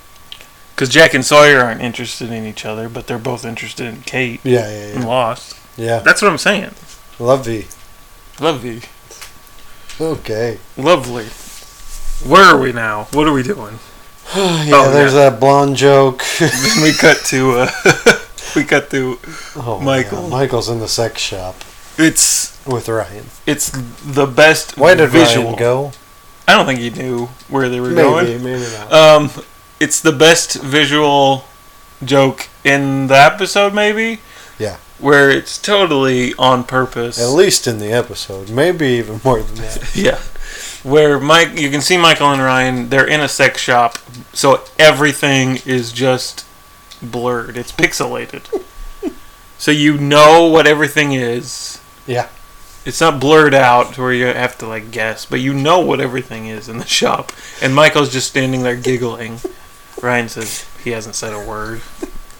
Because Jack and Sawyer aren't interested in each other, but they're both interested in Kate
Yeah, yeah,
and
yeah.
Lost.
yeah.
That's what I'm saying.
Love V.
Lovely. <sighs>
Okay.
Lovely. Where are we now? What are we doing?
yeah,
Oh,
there's that blonde joke.
<laughs>
<laughs>
Then we cut to uh <laughs> we cut to
Oh,
Michael.
yeah, Michael's in the sex shop
it's
with Ryan.
it's the best
Why did
visual.
Ryan go?
I don't think he knew where they were
Maybe,
going.
maybe not.
Um, it's the best visual joke in the episode, maybe.
Yeah.
Where it's totally on purpose.
At least in the episode, maybe even more than
<laughs>
that.
Yeah. Where Mike, you can see Michael and Ryan. They're in a sex shop, so everything is just blurred. It's
<laughs>
pixelated. so you know what everything is.
Yeah.
It's not blurred out to where you have to like guess, but you know what everything is in the shop. And Michael's just standing there
<laughs>
giggling. Ryan says he hasn't said a word,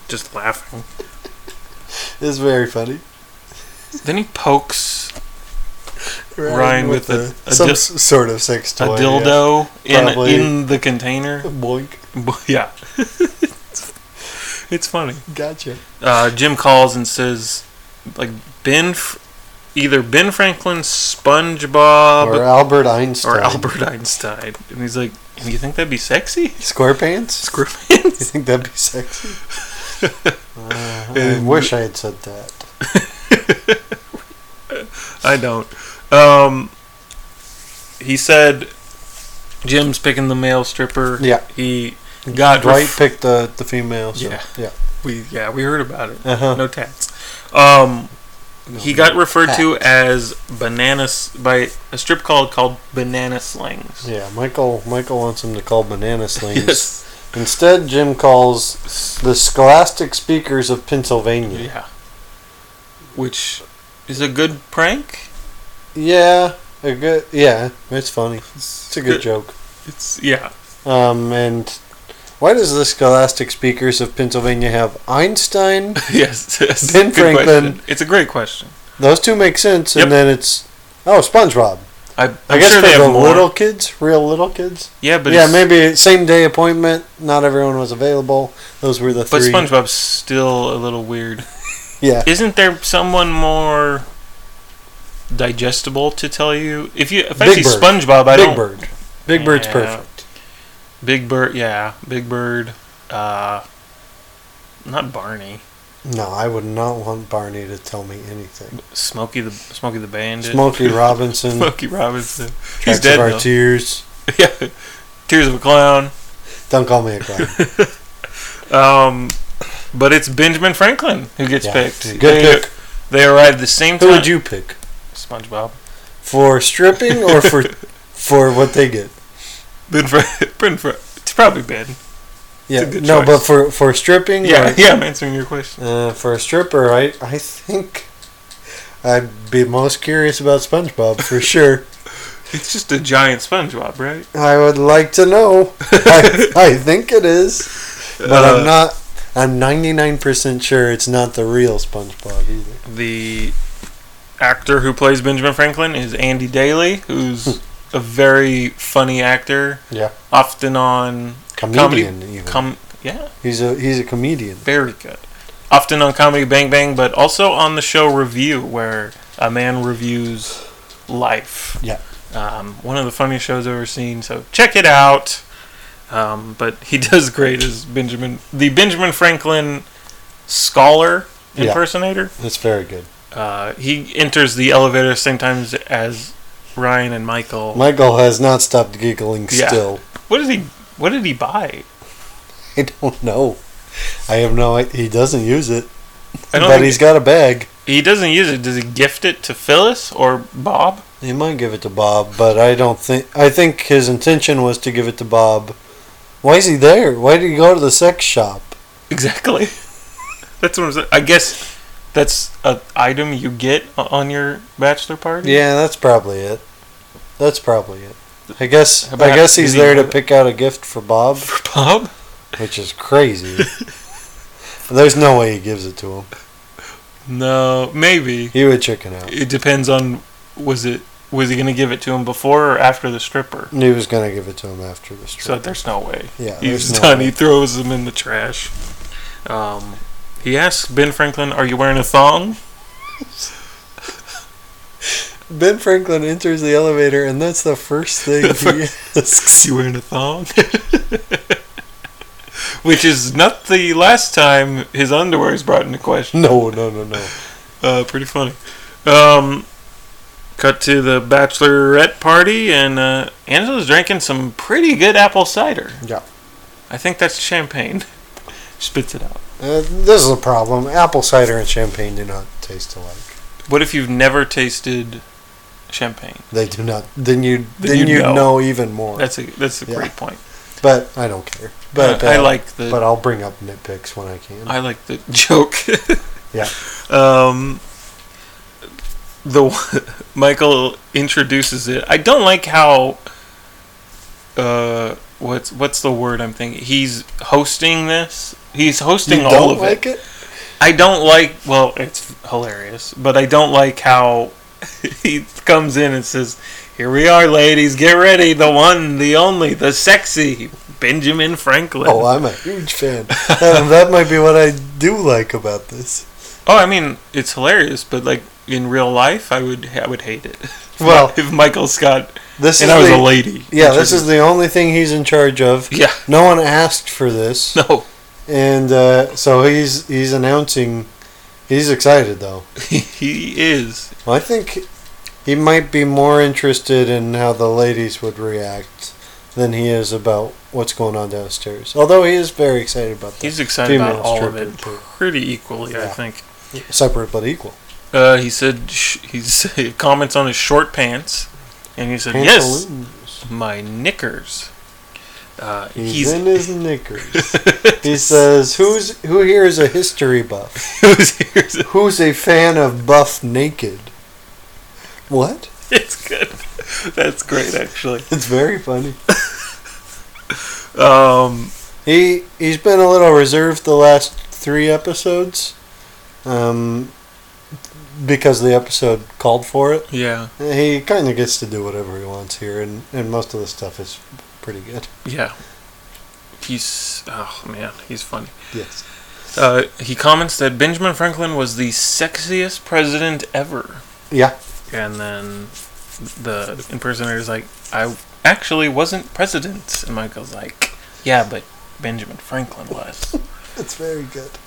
just laughing.
It's very funny.
Then he pokes Ryan with a- a
some
dil-
s- sort of sex
a
toy. yeah.
dildo in
Probably.
in the container.
Boink.
<laughs> Yeah. it's funny.
Gotcha.
Uh, Jim calls and says, like, Ben, F- either Ben Franklin, SpongeBob,
Or
Uh, or,
Albert Einstein.
Albert <laughs> Einstein. And he's like, you think that'd be <laughs> sexy?
Square pants? You
Squirmans?
think that'd be
<laughs>
sexy? Uh, I
And-
wish I had said that.
I don't. Um, he said Jim's picking the male stripper.
Yeah.
He got
Dwight
ref-
picked the, the female. So,
Yeah.
Yeah.
we yeah we heard about it.
Uh-huh.
No tats. Um, he got referred to
tats.
as bananas by a strip called called Banana Slings.
Yeah, Michael Michael wants him to call banana slings.
Yes.
Instead, Jim calls the Scholastic Speakers of Pennsylvania.
Yeah. Which is a good prank.
Yeah, a good. Yeah, it's funny. It's a good
It-
joke.
It's yeah.
Um, and why does the Scholastic Speakers of Pennsylvania have Einstein?
<laughs> yes. yes.
Ben
Good
Franklin.
question. It's a great question.
Those two make sense,
Yep.
and then it's oh SpongeBob.
I, I'm
I guess
sure
for
they have
the
more.
little kids, real little kids.
yeah, but
yeah,
it's-
maybe same day appointment. Not everyone was available. Those were the
But
three.
SpongeBob's still a little weird.
Yeah.
Isn't there someone more digestible to tell you? If you if I
Big
see
Bird.
SpongeBob, I
Big
don't.
Bird. Big Bird's
Yeah.
perfect.
Big Bird, yeah, Big Bird. Uh, not Barney.
No, I would not want Barney to tell me anything.
Smokey the Smokey the Bandit. <laughs>
Smokey Robinson,
Smokey Robinson. He's
Tracks
dead
of Our
though.
Tears.
<laughs> yeah. Tears of a Clown.
Don't call me
<laughs>
a clown.
Um, but it's Benjamin Franklin who gets
Yeah.
picked.
Good
they,
pick.
They arrive the same
Who
time.
would you pick
SpongeBob.
for stripping
<laughs>
or for for what they get?
Ben, Fra- <laughs> Ben Fra- It's probably Ben.
Yeah,
good
no,
choice.
but for for stripping,
<laughs> Yeah,
or-
yeah. I'm answering your question.
Uh, for a stripper, I I think I'd be most curious about SpongeBob <laughs> for sure.
It's just a giant SpongeBob, right?
I would like to <laughs> know. I, I think it is, but
Uh,
I'm not. I'm 99% sure it's not the real SpongeBob either.
The actor who plays Benjamin Franklin is Andy Daly, who's
Hmm.
a very funny actor,
Yeah,
often on
comedian. even.
com yeah,
he's a he's a comedian.
very good. Often on Comedy Bang Bang, but also on the show Review, where a man reviews life.
Yeah.
Um, one of the funniest shows I've ever seen, so check it out. Um, but he <laughs> does great as Benjamin, the Benjamin Franklin scholar
Yeah.
impersonator.
That's very good.
Uh, he enters the elevator same time as Ryan and Michael.
Michael has not stopped giggling.
Yeah.
Still,
What did he? What did he buy?
I don't know. I have no. i- He doesn't use it,
I don't
but
think
he's got a bag.
he doesn't use it. Does he gift it to Phyllis or Bob?
He might give it to Bob, but I don't think. I think his intention was to give it to Bob. Why is he there? Why did he go to the sex shop?
<laughs> Exactly. that's what I'm saying. I guess that's a item you get o- on your bachelor party.
Yeah, that's probably it. That's probably it. I guess.
How about-
I guess he's
did he
there to
have-
pick out a gift for Bob,
For Bob,
which is
<laughs>
crazy. There's no way he gives it to him.
no, maybe
He would chicken out.
it depends on was it was he gonna give it to him before or after the stripper?
He was gonna give it to him after the
So
strip.
there's no way.
yeah,
He's
there's no
done.
way.
He throws them in the trash. Um, he asks Ben Franklin, "Are you wearing a thong?" <laughs>
Ben Franklin enters the elevator, and that's the first
<laughs>
thing he asks.
You wearing a thong? <laughs> Which is not the last time his underwear is brought into question.
No, no, no, no.
Uh, pretty funny. Um, cut to the bachelorette party, and uh, Angela's drinking some pretty good apple cider.
Yeah.
I think that's champagne. Spits it out.
Uh, this is a problem. Apple cider and champagne do not taste alike.
What if you've never tasted champagne?
They do not. Then you
Then
then,
you'd
you
know.
know. even more.
That's a that's a
Yeah.
great point.
but I don't care. But
Uh, I
uh,
like the
But I'll bring up nitpicks when I can.
I like the <laughs> joke.
Yeah.
Um, the one- <laughs> Michael introduces it. I don't like how. Uh, what's what's the word I'm thinking? He's hosting this. He's hosting
you
all
don't
of <laughs>
like it?
I don't like. Well, it's hilarious, but I don't like how <laughs> he comes in and says, "Here we are, ladies. Get ready. The one, the only, the sexy Benjamin Franklin."
Oh, I'm a huge fan. that, that might be what I do like about this.
Oh, I mean, it's hilarious, but like in real life, I would I would hate it. <laughs>
Well-
if Michael Scott
This
and
is
I was a
the,
lady.
Yeah, this is the only thing he's in charge of.
<laughs> yeah.
No one asked for this,
No, <laughs>
and uh, so he's he's announcing. He's excited though.
he is.
Well, I think he might be more interested in how the ladies would react than he is about what's going on downstairs. Although he is very excited about that.
He's excited about
Female
all of it,
stripper, too.
pretty equally, I
Yeah.
think.
separate but equal.
Uh, he said sh- he's, he <laughs> comments on his short pants, and he said, "Yes,
Pantaloons.
my knickers." Uh,
He's,
he's <laughs>
in his knickers. he says, "Who's who here is a history buff?
Who's- <laughs> here's-
Who's a fan of buff naked?" What?
it's good. <laughs> That's great, actually.
It's very funny.
Um,
He he's been a little reserved the last three episodes. Um, because the episode called for it.
Yeah.
Uh, He kind of gets to do whatever he wants here, and, and most of the stuff is pretty good.
Yeah. He's oh man, he's funny.
Yes.
Uh, he comments that Benjamin Franklin was the sexiest president ever.
Yeah.
And then the impersonator's like, I actually wasn't president. And Michael's like, Yeah, but Benjamin Franklin was.
It's very <sighs> good.
<laughs>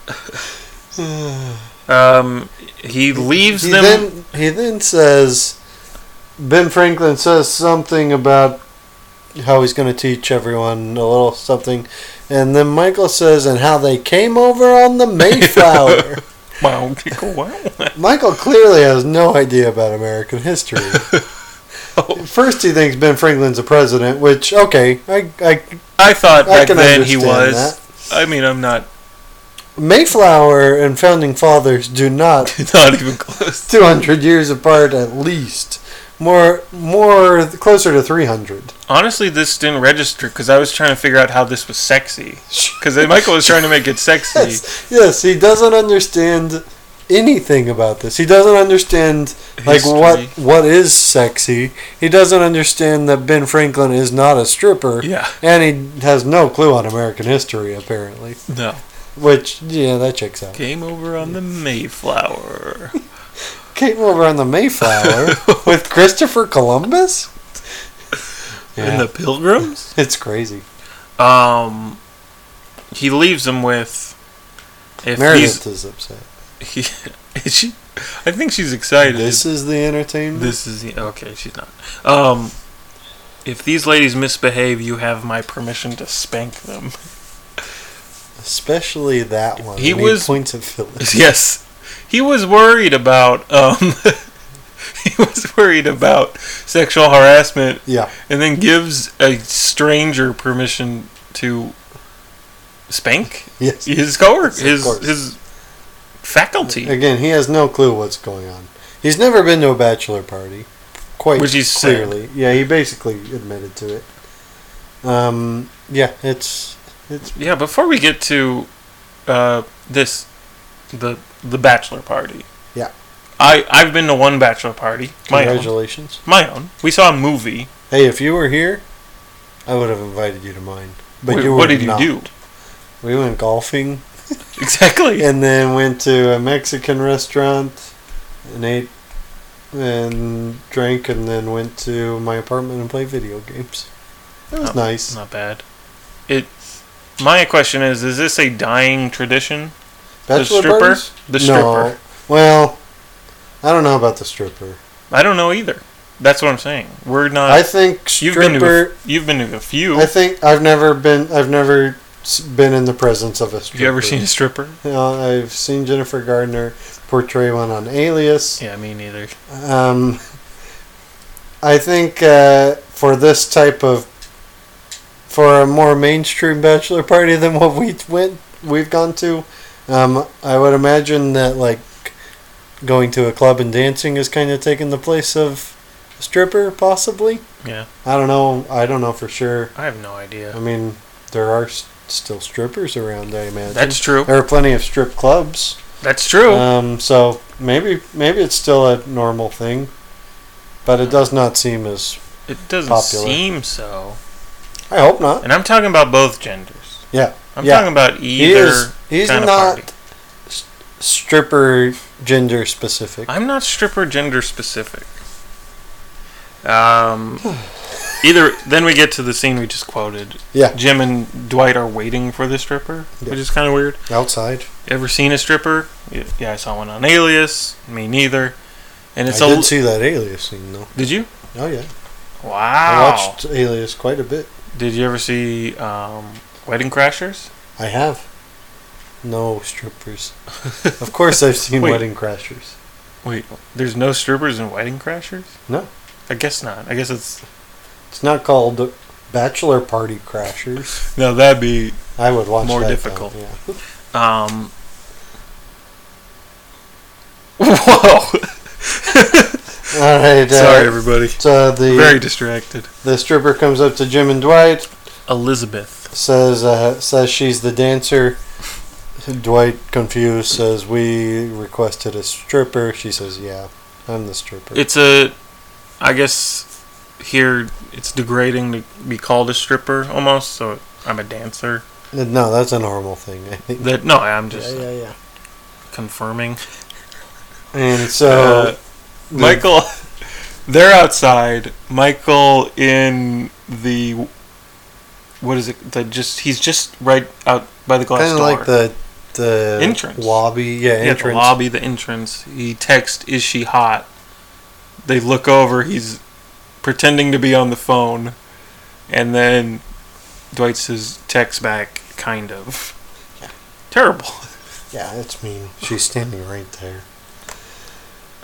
um, he leaves
he
them.
Then, he then says, Ben Franklin says something about how he's going to teach everyone a little something, and then Michael says, and how they came over on
<laughs>
the Mayflower.
<laughs> wow, tickle, wow.
Michael clearly has no idea about
<laughs>
American history.
Oh.
First, he thinks Ben Franklin's a president, which okay, I, I
I thought
I
back
can
then he
understand
was. I mean, I'm not <laughs>
Mayflower and founding fathers do not
not even close.
two hundred years apart at least, more more closer to three hundred.
Honestly, this didn't register because I was trying to figure out how this was
<laughs>
sexy. Because Michael was trying to make it sexy.
Yes, yes, he doesn't understand anything about this. He doesn't understand like what
History.
what is sexy. He doesn't understand that Ben Franklin is not a stripper.
Yeah.
And he has no clue on American history apparently,
No.
which yeah, that checks out.
Game over on the Mayflower.
Came over on
<laughs>
the Mayflower <laughs> with Christopher Columbus.
And the Pilgrims?
It's crazy.
Um, he leaves them with. If
Meredith is upset.
he's, he, <laughs> is she? I think she's excited.
This is the entertainment.
This is the okay. She's not. Um, if these ladies misbehave, you have my permission to spank them.
Especially that one.
He
when
was-
points
<laughs>
at Phyllis.
Yes, he was worried about. Um, <laughs> he was worried about sexual harassment,
Yeah.
and then gives a stranger permission to spank
Yes.
his coworker,
Of
his
course.
his faculty,
Again, he has no clue what's going on. He's never been to a bachelor party. Quite
Which he's sad.
clearly. Yeah, he basically admitted to it. Um yeah, it's it's
Yeah, before we get to uh, this, the the bachelor party.
Yeah.
I I've been to one bachelor party. My own.
congratulations.
My own. We saw a movie.
Hey, if you were here, I would have invited you to mine. But
Wait,
you were
what did you
not.
do?
We went golfing
<laughs> Exactly.
and then went to a Mexican restaurant and ate and drank and then went to my apartment and played video games. It was
Oh,
nice.
Not bad. It. My question is: Is this a dying tradition?
Bachelor
stripper?
parties?
The
No.
stripper.
Well, I don't know about the stripper.
I don't know either. That's what I'm saying. We're not.
I think
Uh, you've been to. A,
stripper.
you've been to a few.
I think I've never been. I've never s- been in the presence of a
Have
stripper.
you ever seen a stripper?
No, I've seen Jennifer Gardner portray one on Alias.
Yeah, me neither.
Um, I think uh, for this type of for a more mainstream bachelor party than what we went we've gone to, um, I would imagine that like going to a club and dancing is kind of taking the place of stripper possibly.
Yeah,
I don't know. I don't know for sure.
I have no idea.
I mean, there are s- still strippers around. I imagine
That's true.
there are plenty of strip clubs.
That's true.
Um, so maybe maybe it's still a normal thing, but it does not seem as.
it doesn't
popular.
seem so.
I hope not.
And I'm talking about both genders.
Yeah,
I'm
yeah.
talking about either.
He is. He's
kind
not
Of party.
s- stripper gender specific.
I'm not stripper gender specific. Um, <sighs> either. Then we get to the scene we just quoted.
Yeah,
Jim and Dwight are waiting for the stripper,
Yeah.
which is kind of weird.
outside.
Ever seen a stripper? Yeah, yeah, I saw one on Alias. Me neither. And it's
I
a.
did see that Alias thing though.
did you?
Oh yeah, I
Wow.
watched Alias quite a bit.
Did you ever see um, Wedding Crashers?
I have. No strippers. of course, I've
<laughs>
seen
Wait.
Wedding Crashers.
Wait, there's no strippers in Wedding Crashers?
No.
I guess not. I guess it's
It's not called Bachelor Party Crashers.
no. That'd be
I would watch
More
that, though,
difficult.
yeah. <laughs>
um. Whoa!
All right. Uh,
Sorry, everybody.
So the
Very distracted.
The stripper comes up to Jim and Dwight,
Elizabeth.
says uh, says she's the dancer. Dwight, confused, says, We requested a stripper. She says, Yeah, I'm the stripper.
It's a, I guess here it's degrading to be called a stripper almost. So I'm a dancer.
no, that's a normal thing, <laughs> I think.
That no, I'm just
yeah, yeah.
confirming.
And so.
Uh, Michael, <laughs> they're outside. Michael in the what is it? The just he's just right out by the glass
kind of
door.
like the the
Entrance.
lobby yeah
yeah, the
entrance
lobby, the entrance. He texts, "Is she hot?" They look over. He's pretending to be on the phone, and then Dwight says, "Text back, kind of." Terrible.
yeah that's mean she's standing right there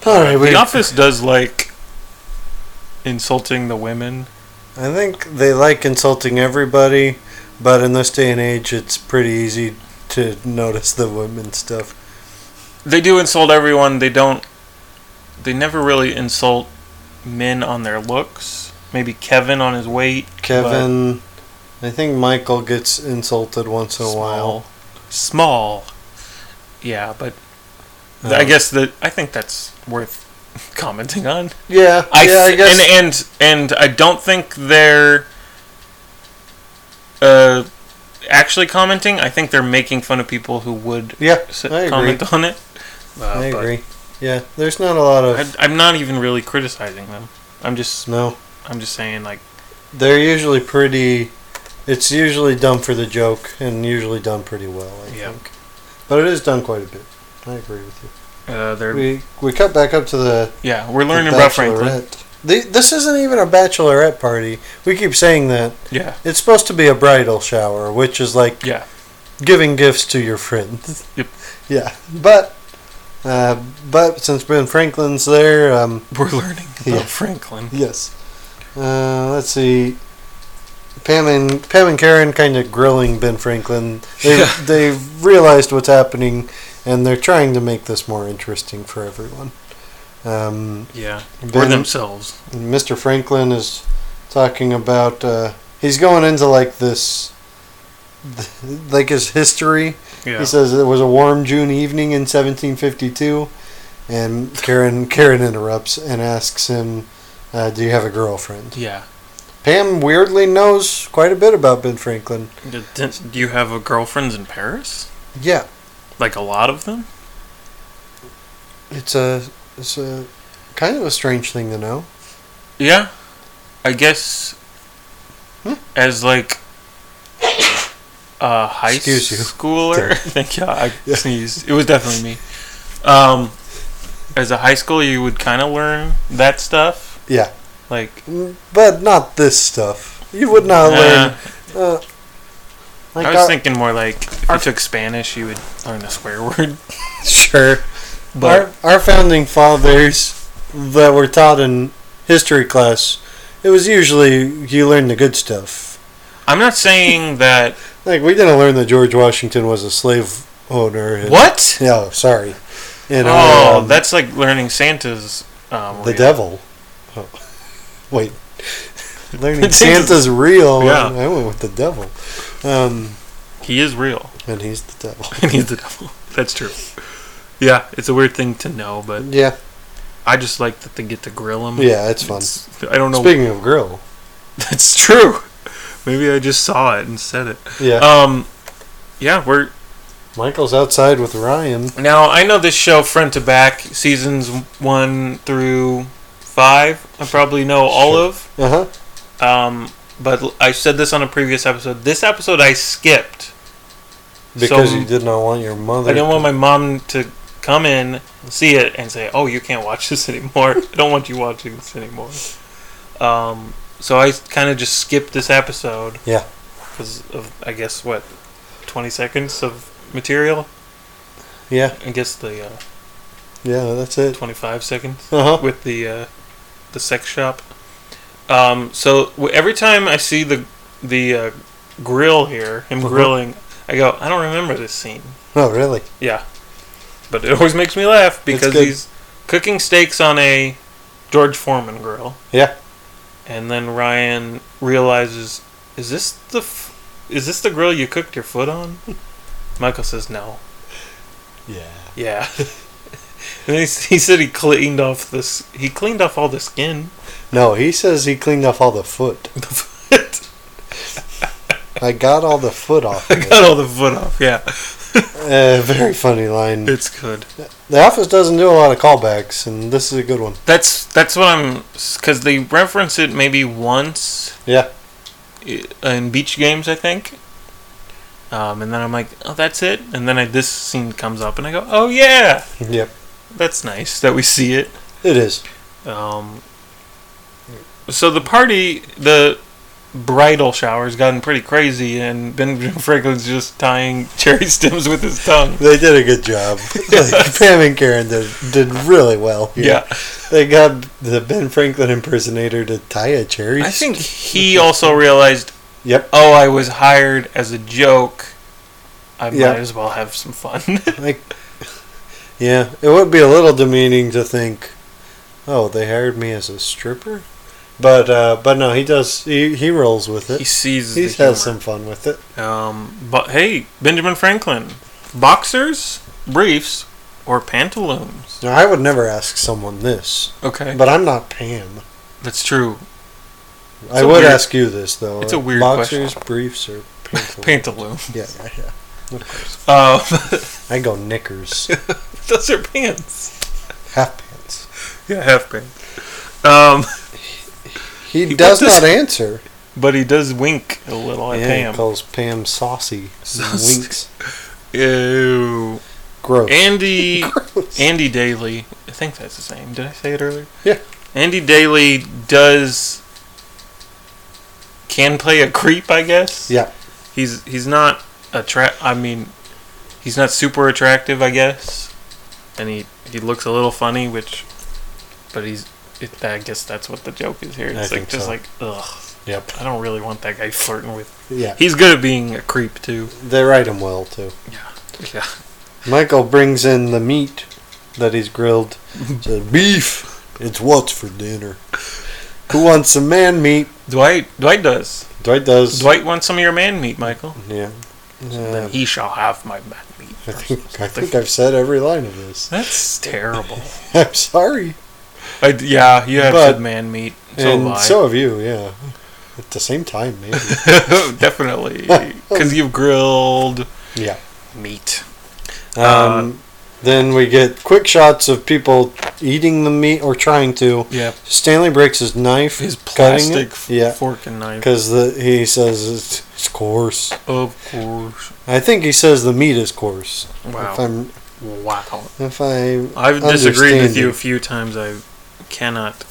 all right we,
The office does like insulting the women.
i think they like insulting everybody but in this day and age it's pretty easy to notice the women stuff
they do insult everyone. They don't. They never really insult men on their looks. Maybe Kevin on his weight.
kevin i think michael gets insulted once in
but
a while
Small. Yeah, but th-
Uh,
I guess that I think that's worth <laughs> commenting on.
yeah
I
yeah i
th-
guess
and and and I don't think they're uh actually commenting. I think they're making fun of people who would
yeah
s-
i agree
comment on it. Uh,
i
but
agree yeah there's not a lot of
I, I'm not even really criticizing them. I'm just
no
I'm just saying, like,
They're usually pretty. It's usually done for the joke and usually done pretty well, I
Yeah.
think. But it is done quite a bit. I agree with you.
uh, they're
We we cut back up to the,
yeah, we're
the
learning about Franklin.
bachelorette. The, this isn't even a bachelorette party. We keep saying that
Yeah, <laughs>
it's supposed to be a bridal shower, which is like
yeah,
giving gifts to your friends.
Yep.
<laughs> Yeah, but uh, but since Ben Franklin's there, um,
we're learning about
Yeah.
Franklin.
Yes. Uh, let's see. Pam and Pam and Karen kind of grilling Ben Franklin. They
Yeah.
they've realized what's happening, and they're trying to make this more interesting for everyone. Um,
Yeah, or
Ben-
themselves.
Mr. Franklin is talking about uh, he's going into like this, <laughs> like his history.
Yeah,
He says it was a warm June evening in 1752, and Karen Karen interrupts and asks him, uh, "Do you have a girlfriend?"
yeah.
Pam weirdly knows quite a bit about Ben Franklin.
D- d- Do you have a girlfriends in Paris?
Yeah,
Like a lot of them?
it's a it's a kind of a strange thing to know.
Yeah, I guess.
Hmm.
As like a high
Excuse you.
schooler, <laughs>
Sorry.
thank you. I
Yeah.
sneezed. It was definitely me. Um, as a high school, you would kind of learn that stuff,
Yeah,
like
Mm, but not this stuff. You would not
uh,
learn. Uh, like
I was
our-
thinking more like if you took Spanish, you would learn a swear word. <laughs>
sure.
But
our, our founding fathers that were taught in history class, it was usually you learned the good stuff.
I'm not
<laughs>
saying that.
Like we didn't learn that George Washington was a slave owner. and-
what?
No, sorry. You know,
oh,
um,
that's like learning Santa's. Um,
the
real-
devil. Oh. <laughs> Wait, learning
<laughs> Santa's-
Santa's real.
Yeah.
I went with the devil, um,
He is real, <laughs>
and he's the devil.
and he's the devil. That's true. Yeah, it's a weird thing to know, but
Yeah,
I just like that they get to grill him.
yeah, it's fun.
It's- I don't know.
<laughs> Speaking of grill,
<laughs> That's true. Maybe I just saw it and said it.
yeah,
Um, yeah, we're
Michael's outside with Ryan.
Now I know this show front to back, seasons one through five. I probably know all
Sure.
of.
Uh huh.
Um, but l- I said this on a previous episode. This episode I skipped.
Because
So-
you did not want your mother.
I didn't want my mom to come in, see it, and say, "Oh, you can't watch <laughs> this anymore. I don't want you watching this anymore." Um, so I kind of just skipped this episode.
Yeah.
Because of I guess what, twenty seconds of material.
Yeah,
I guess the uh,
yeah, that's it.
twenty-five seconds.
Uh huh.
with the uh, the sex shop. Um, so w- every time I see the the uh, grill here, him
Uh-huh.
grilling, I go, I don't remember this scene.
Oh, really?
Yeah, but it always makes me laugh because
good.
he's cooking steaks on a George Foreman grill,
Yeah.
and then Ryan realizes, <laughs> is this the f- is this the grill you cooked your foot on? Michael says no.
Yeah.
Yeah. <laughs> and he, s- he said he cleaned off this. He cleaned off all the <laughs> skin.
No, he says he cleaned off all the foot.
<laughs> The foot.
I got all the foot off.
I
Of it. <laughs>
got all the foot off. Yeah,
Uh, very funny line.
it's good.
The Office doesn't do a lot of callbacks, and this is a good one.
That's that's what I'm because they reference it maybe once
Yeah.
i- in beach games, I think. Um, and then I'm like, oh, that's it. And then I, this scene comes up, and I go, oh yeah,
Yep.
that's nice that we see it.
It is.
Um, so the party, the bridal shower has gotten pretty crazy, and Benjamin <laughs> Franklin's just tying <laughs> cherry stems with his tongue.
They did a
<laughs>
good job. like, Pam and Karen did, did really well. here.
Yeah,
They got the Ben Franklin impersonator to tie a cherry.
I think he also realized,
Yep.
oh, I was hired as a joke. I
Yeah.
might as well have some fun. <laughs>
Like, yeah, it would be a little demeaning to think, oh, they hired me as a stripper, but uh, but no, he does. He, he rolls with
he
it.
sees.
He
the humor.
has some fun with it.
Um, but hey, Benjamin Franklin, boxers, briefs, or pantaloons?
Now, I would never ask someone this,
Okay,
but I'm not Pam.
that's true.
I
a
would
weird-
ask you this though.
it's a weird
boxers,
<laughs>
briefs, or pantaloons.
Pantaloon.
yeah, yeah, yeah. Of course.
<laughs> Um, <laughs>
I go knickers,
those are pants.
half pants.
Yeah, half pants. Um,
He,
He
does
went to-
not answer.
but he does wink a little at
yeah,
Pam.
he calls Pam saucy.
Saucy.
Winks.
Ew.
Gross.
<laughs> Andy.
Gross.
Andy Daly. I think that's his name. Did I say it earlier?
Yeah.
Andy Daly does. Can play a creep, I guess.
yeah.
He's he's not attract. I mean, he's not super attractive, I guess. And he he looks a little funny, which, but he's. It, I guess that's what the joke is here.
I
It's like
think
just
so.
like ugh.
Yep.
I don't really want that guy flirting with.
Yeah.
He's good at being a creep too.
They write him well too.
Yeah.
Michael brings in the meat that he's grilled. Says, Beef. It's what's for dinner. Who wants some man meat?
Dwight. Dwight does.
Dwight does.
Dwight wants some of your man meat, Michael.
Yeah. Uh,
Then he shall have my man meat.
I think I think I've said every line of
<laughs>
this.
That's terrible.
I'm sorry,
<laughs> I, yeah, you have
But-
said man meat. So have
and
I.
so <laughs> have you. Yeah, at the same time, maybe.
<laughs> Definitely, because you've grilled
yeah.
meat.
Um, then we get quick shots of people eating the meat or trying to.
Yeah,
Stanley breaks his knife,
his
cutting
plastic
it.
f-
Yeah,
fork and knife.
because he says it's, it's coarse.
Of course.
I think he says the meat is coarse. If
Wow.
I'm
Wow.
if I
I've disagreed with
Understanding.
you a few times. I cannot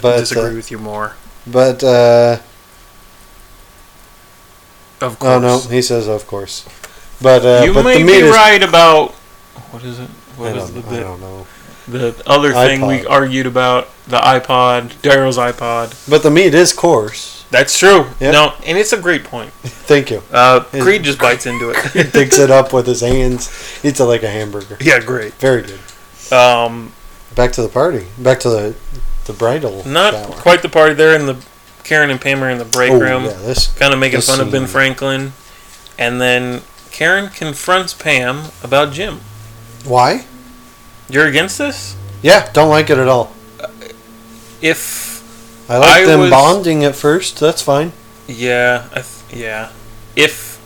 but
disagree
uh,
with you more.
but uh,
Of course.
oh no, he says of course. But uh,
you
but
may
the meat
be
is.
right about what is it?
I
What was
don't,
the
know, I
bit?
don't know.
the other thing we
iPod.
argued about the iPod, Daryl's iPod.
But the meat is coarse.
That's true.
Yep.
No, and it's a great point.
Thank you.
Uh,
Is-
Creed just bites into
<laughs>
it.
Picks it up with his hands. Eats it like a hamburger.
yeah, great.
Very good.
Um,
Back to the party. Back to the the bridal.
not
shower.
quite the party. They're in the Karen and Pam are in the break
Oh,
room,
yeah, this.
kind of making
This
fun of Ben
scene.
Franklin, and then Karen confronts Pam about Jim.
Why?
You're against this?
Yeah, don't like it at all.
If
I like
I
them
was-
bonding at first. That's fine.
Yeah, I th- yeah. If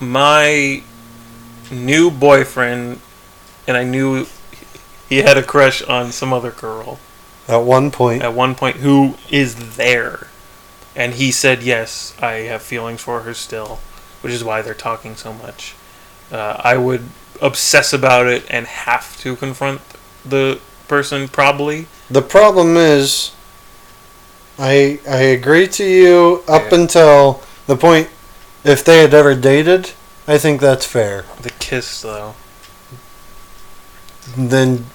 my new boyfriend and I knew he had a crush on some other girl
At one point,
at one point who is there and he said yes, I have feelings for her still, which is why they're talking so much. Uh, I would obsess about it and have to confront the person probably.
the problem is, I I agree to you up
Yeah.
until the point. If they had ever dated, I think that's fair.
The kiss though.
Then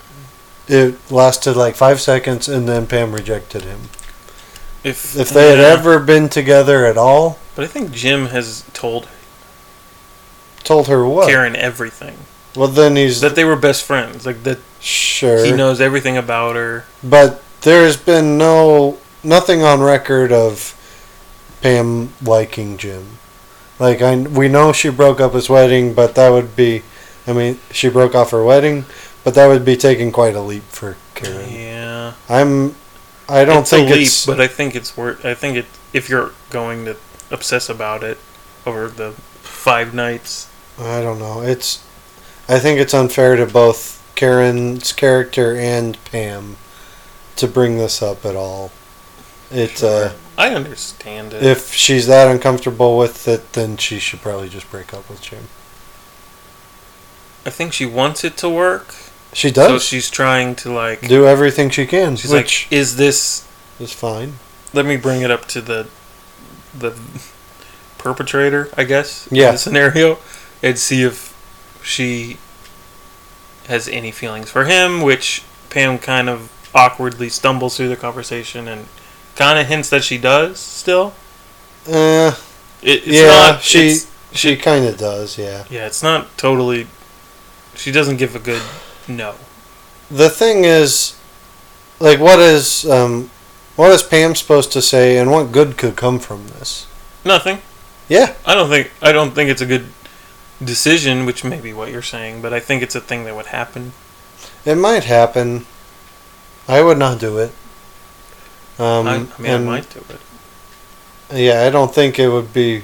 it lasted like five seconds, and then Pam rejected him.
If
If they had
Yeah.
ever been together at all,
But I think Jim has told
told her what?
Karen everything.
Well, then he's
that they were best friends. Like that
sure.
he knows everything about her.
But there's been no nothing on record of Pam liking Jim. Like I, we know she broke up his wedding, but that would be I mean, she broke off her wedding, but that would be taking quite a leap for Karen.
Yeah.
I'm. I don't
it's
think
a leap,
it's.
but I think it's worth. I think it if you're going to obsess about it over the five nights.
I don't know. It's. I think it's unfair to both Karen's character and Pam to bring this up at all. It's uh,
I understand it.
if she's that uncomfortable with it, then she should probably just break up with Jim.
I think she wants it to work,
She
so
does
she's trying to like.
do everything she can,
she's
which
like, is this?
is fine.
Let me bring it up to the the perpetrator, I guess. in
Yeah.
the scenario, and see if she has any feelings for him, which Pam kind of awkwardly stumbles through the conversation and kind of hints that she does still.
Uh,
It, it's
yeah,
not
she
it's-
she kind of does. Yeah.
yeah, it's not totally. She doesn't give a good no.
the thing is, like, what is um, what is Pam supposed to say, and what good could come from this?
Nothing.
Yeah,
I don't think. I don't think it's a good decision, which may be what you're saying, but I think it's a thing that would happen.
it might happen. I would not do it. Um,
I, I mean, I
and-
might do it.
Yeah, I don't think it would be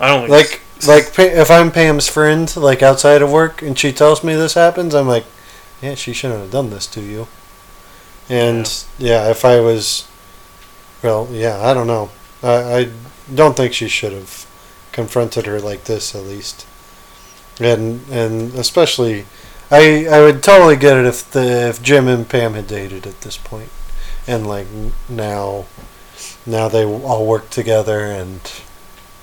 I don't
like like Pa- if I'm Pam's friend, like outside of work, and she tells me this happens, I'm like, yeah, she shouldn't have done this to you. And yeah, if I was, well, yeah, I don't know. I, I don't think she should have confronted her like this, at least. And and especially, I I would totally get it if the if Jim and Pam had dated at this point, and like n- now, now they all work together and,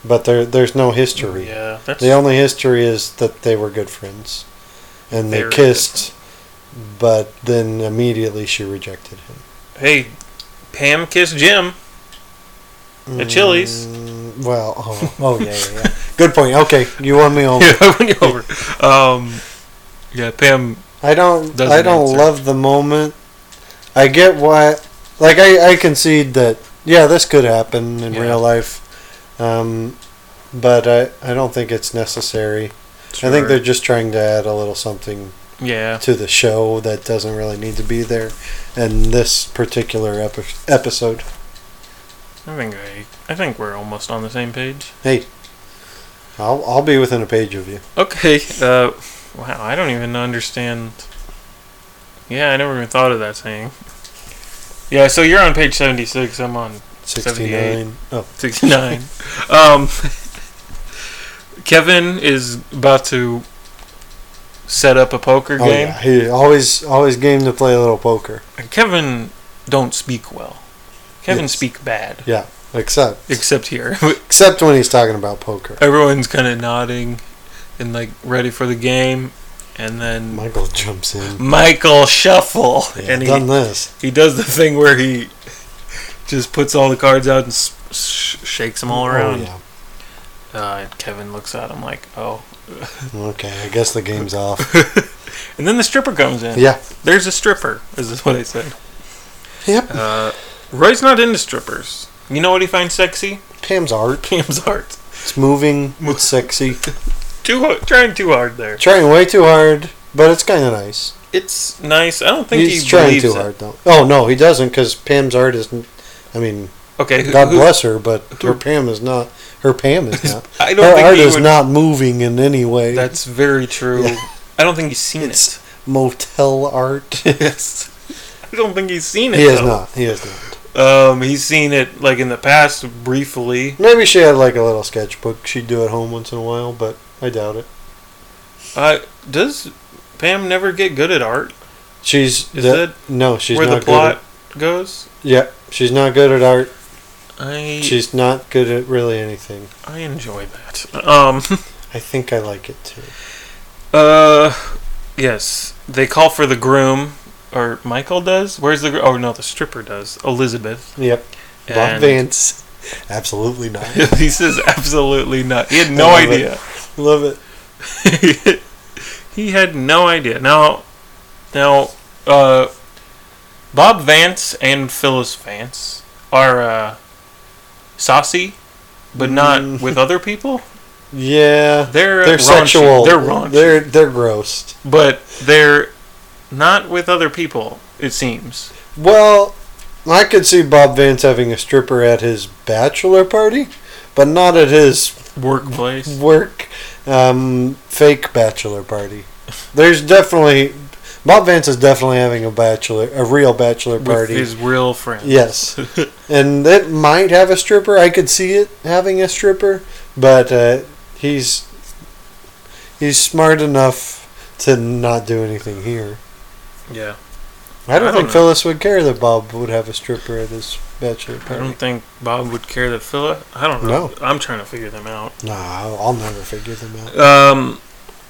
but there there's no history.
Yeah, that's
The only history is that they were good friends, and they
Very good
kissed, but then immediately she rejected him.
hey, Pam kissed
<laughs>
Jim. <laughs> At Chili's.
Mm, well, oh, oh yeah, yeah,
<laughs>
yeah. Good point. Okay, you won me over.
Yeah, I went over. Um, yeah, Pam.
I don't.
Doesn't
I don't
answer.
love the moment. I get why. Like I, I concede that. Yeah, this could happen in
Yeah.
real life, um, but I, I don't think it's necessary. I think they're just trying to add a little something
yeah.
to the show that doesn't really need to be there and this particular epi- episode.
I think I. I think we're almost on the same page.
Hey, I'll, I'll be within a page of you.
Okay. Uh, wow, I don't even understand. Yeah, I never even thought of that saying. Yeah, so you're on page 76. I'm on
69. Oh,
69. um, Kevin is about to set up a poker
oh
game.
yeah. He always, always game to play a little poker.
And Kevin don't speak well. Kevin
Yes.
speak bad.
Yeah. Except,
Except here. <laughs>
except when he's talking about poker.
Everyone's kind of nodding and like ready for the game. And then
Michael jumps in.
Michael Shuffle.
Yeah,
<laughs> and he
done this.
he does the thing where he just puts all the cards out and s- sh- shakes them all around.
Oh, yeah.
uh, and Kevin looks at him like, "Oh."
Okay, I guess the
<laughs>
game's off.
And then the stripper comes in.
yeah.
There's a stripper. Is this what I said?
Yep.
Uh, Roy's not into strippers. You know what he finds sexy? <laughs>
Pam's art.
Pam's art.
It's moving. It's sexy.
Too ho- trying too hard there.
Trying way too hard, but it's kind of nice.
It's nice. I don't think
he's
he
trying
believes
too
it.
hard though. Oh no, he doesn't because Pam's art is. n- I mean,
Okay. who-
God
who-
bless her, but
<laughs> who-
her Pam is not. Her
<laughs>
Pam is not.
I don't
Her
think
art
he
is
would-
not moving in any way.
That's very true.
Yeah.
I don't think he's seen
It's- <laughs> motel
<laughs>
art.
it. Yes. I don't think he's seen it.
he is
though.
not. He is not.
Um, he's seen it like in the past briefly.
Maybe she had like a little sketchbook she'd do at home once in a while, but I doubt it.
Uh, does Pam never get good at art?
She's
Is
the- no, she's
Where
not
the plot goes?
Good at, yeah, she's not good at art.
I
She's not good at really anything.
I enjoy that. Um,
I think I like it too.
uh, yes, they call for the groom, or Michael does. Where's the? gr- Oh no, the stripper does. Elizabeth. <laughs>
Yep, Bob
And
Vance. Absolutely
<laughs>
not.
he says absolutely not. He had no
I love it.
idea.
Love it.
<laughs> he had no idea. Now, now, uh, Bob Vance and Phyllis Vance are uh, saucy, but not
Mm.
with other people.
Yeah,
They're
they're
raunchy.
sexual.
They're raunchy.
They're they're gross.
but they're not with other people. It seems.
Well, I could see Bob Vance having a stripper at his bachelor party, but not at his
Workplace.
work um, fake bachelor party. There's definitely Bob Vance is definitely having a bachelor, a real bachelor
With
party.
his real friends. <laughs>
Yes. and it might have a stripper. I could see it having a stripper, but uh, he's he's smart enough to not do anything here.
yeah.
I don't,
I don't
think
know.
Phyllis would care that Bob would have a stripper at his bachelor
I
party.
don't think Bob would care that Philip. I don't know.
No.
I'm trying to figure them out.
Nah, I'll, I'll never figure them out.
Um,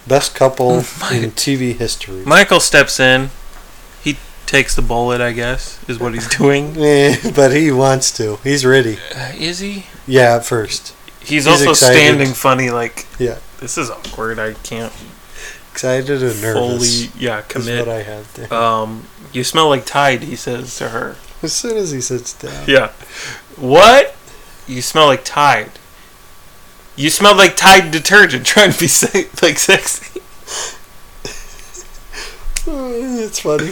Best couple
<laughs> My-
in TV history.
Michael steps in. He takes the bullet. I guess is what <laughs> he's doing.
<laughs> Eh, but he wants to. He's ready.
Uh, <laughs> is he?
Yeah, at first.
He's,
He's
also
excited.
standing funny. Like
Yeah.
this is awkward. I can't
Excited and nervous.
fully yeah
Is what
commit.
I have there.
Um, you smell like Tide. He says to her.
<laughs> As soon as he sits down.
Yeah. What? You smell like Tide. You smell like Tide detergent. <laughs> Trying to be se- like sexy. <laughs>
<laughs>
<laughs>
It's funny.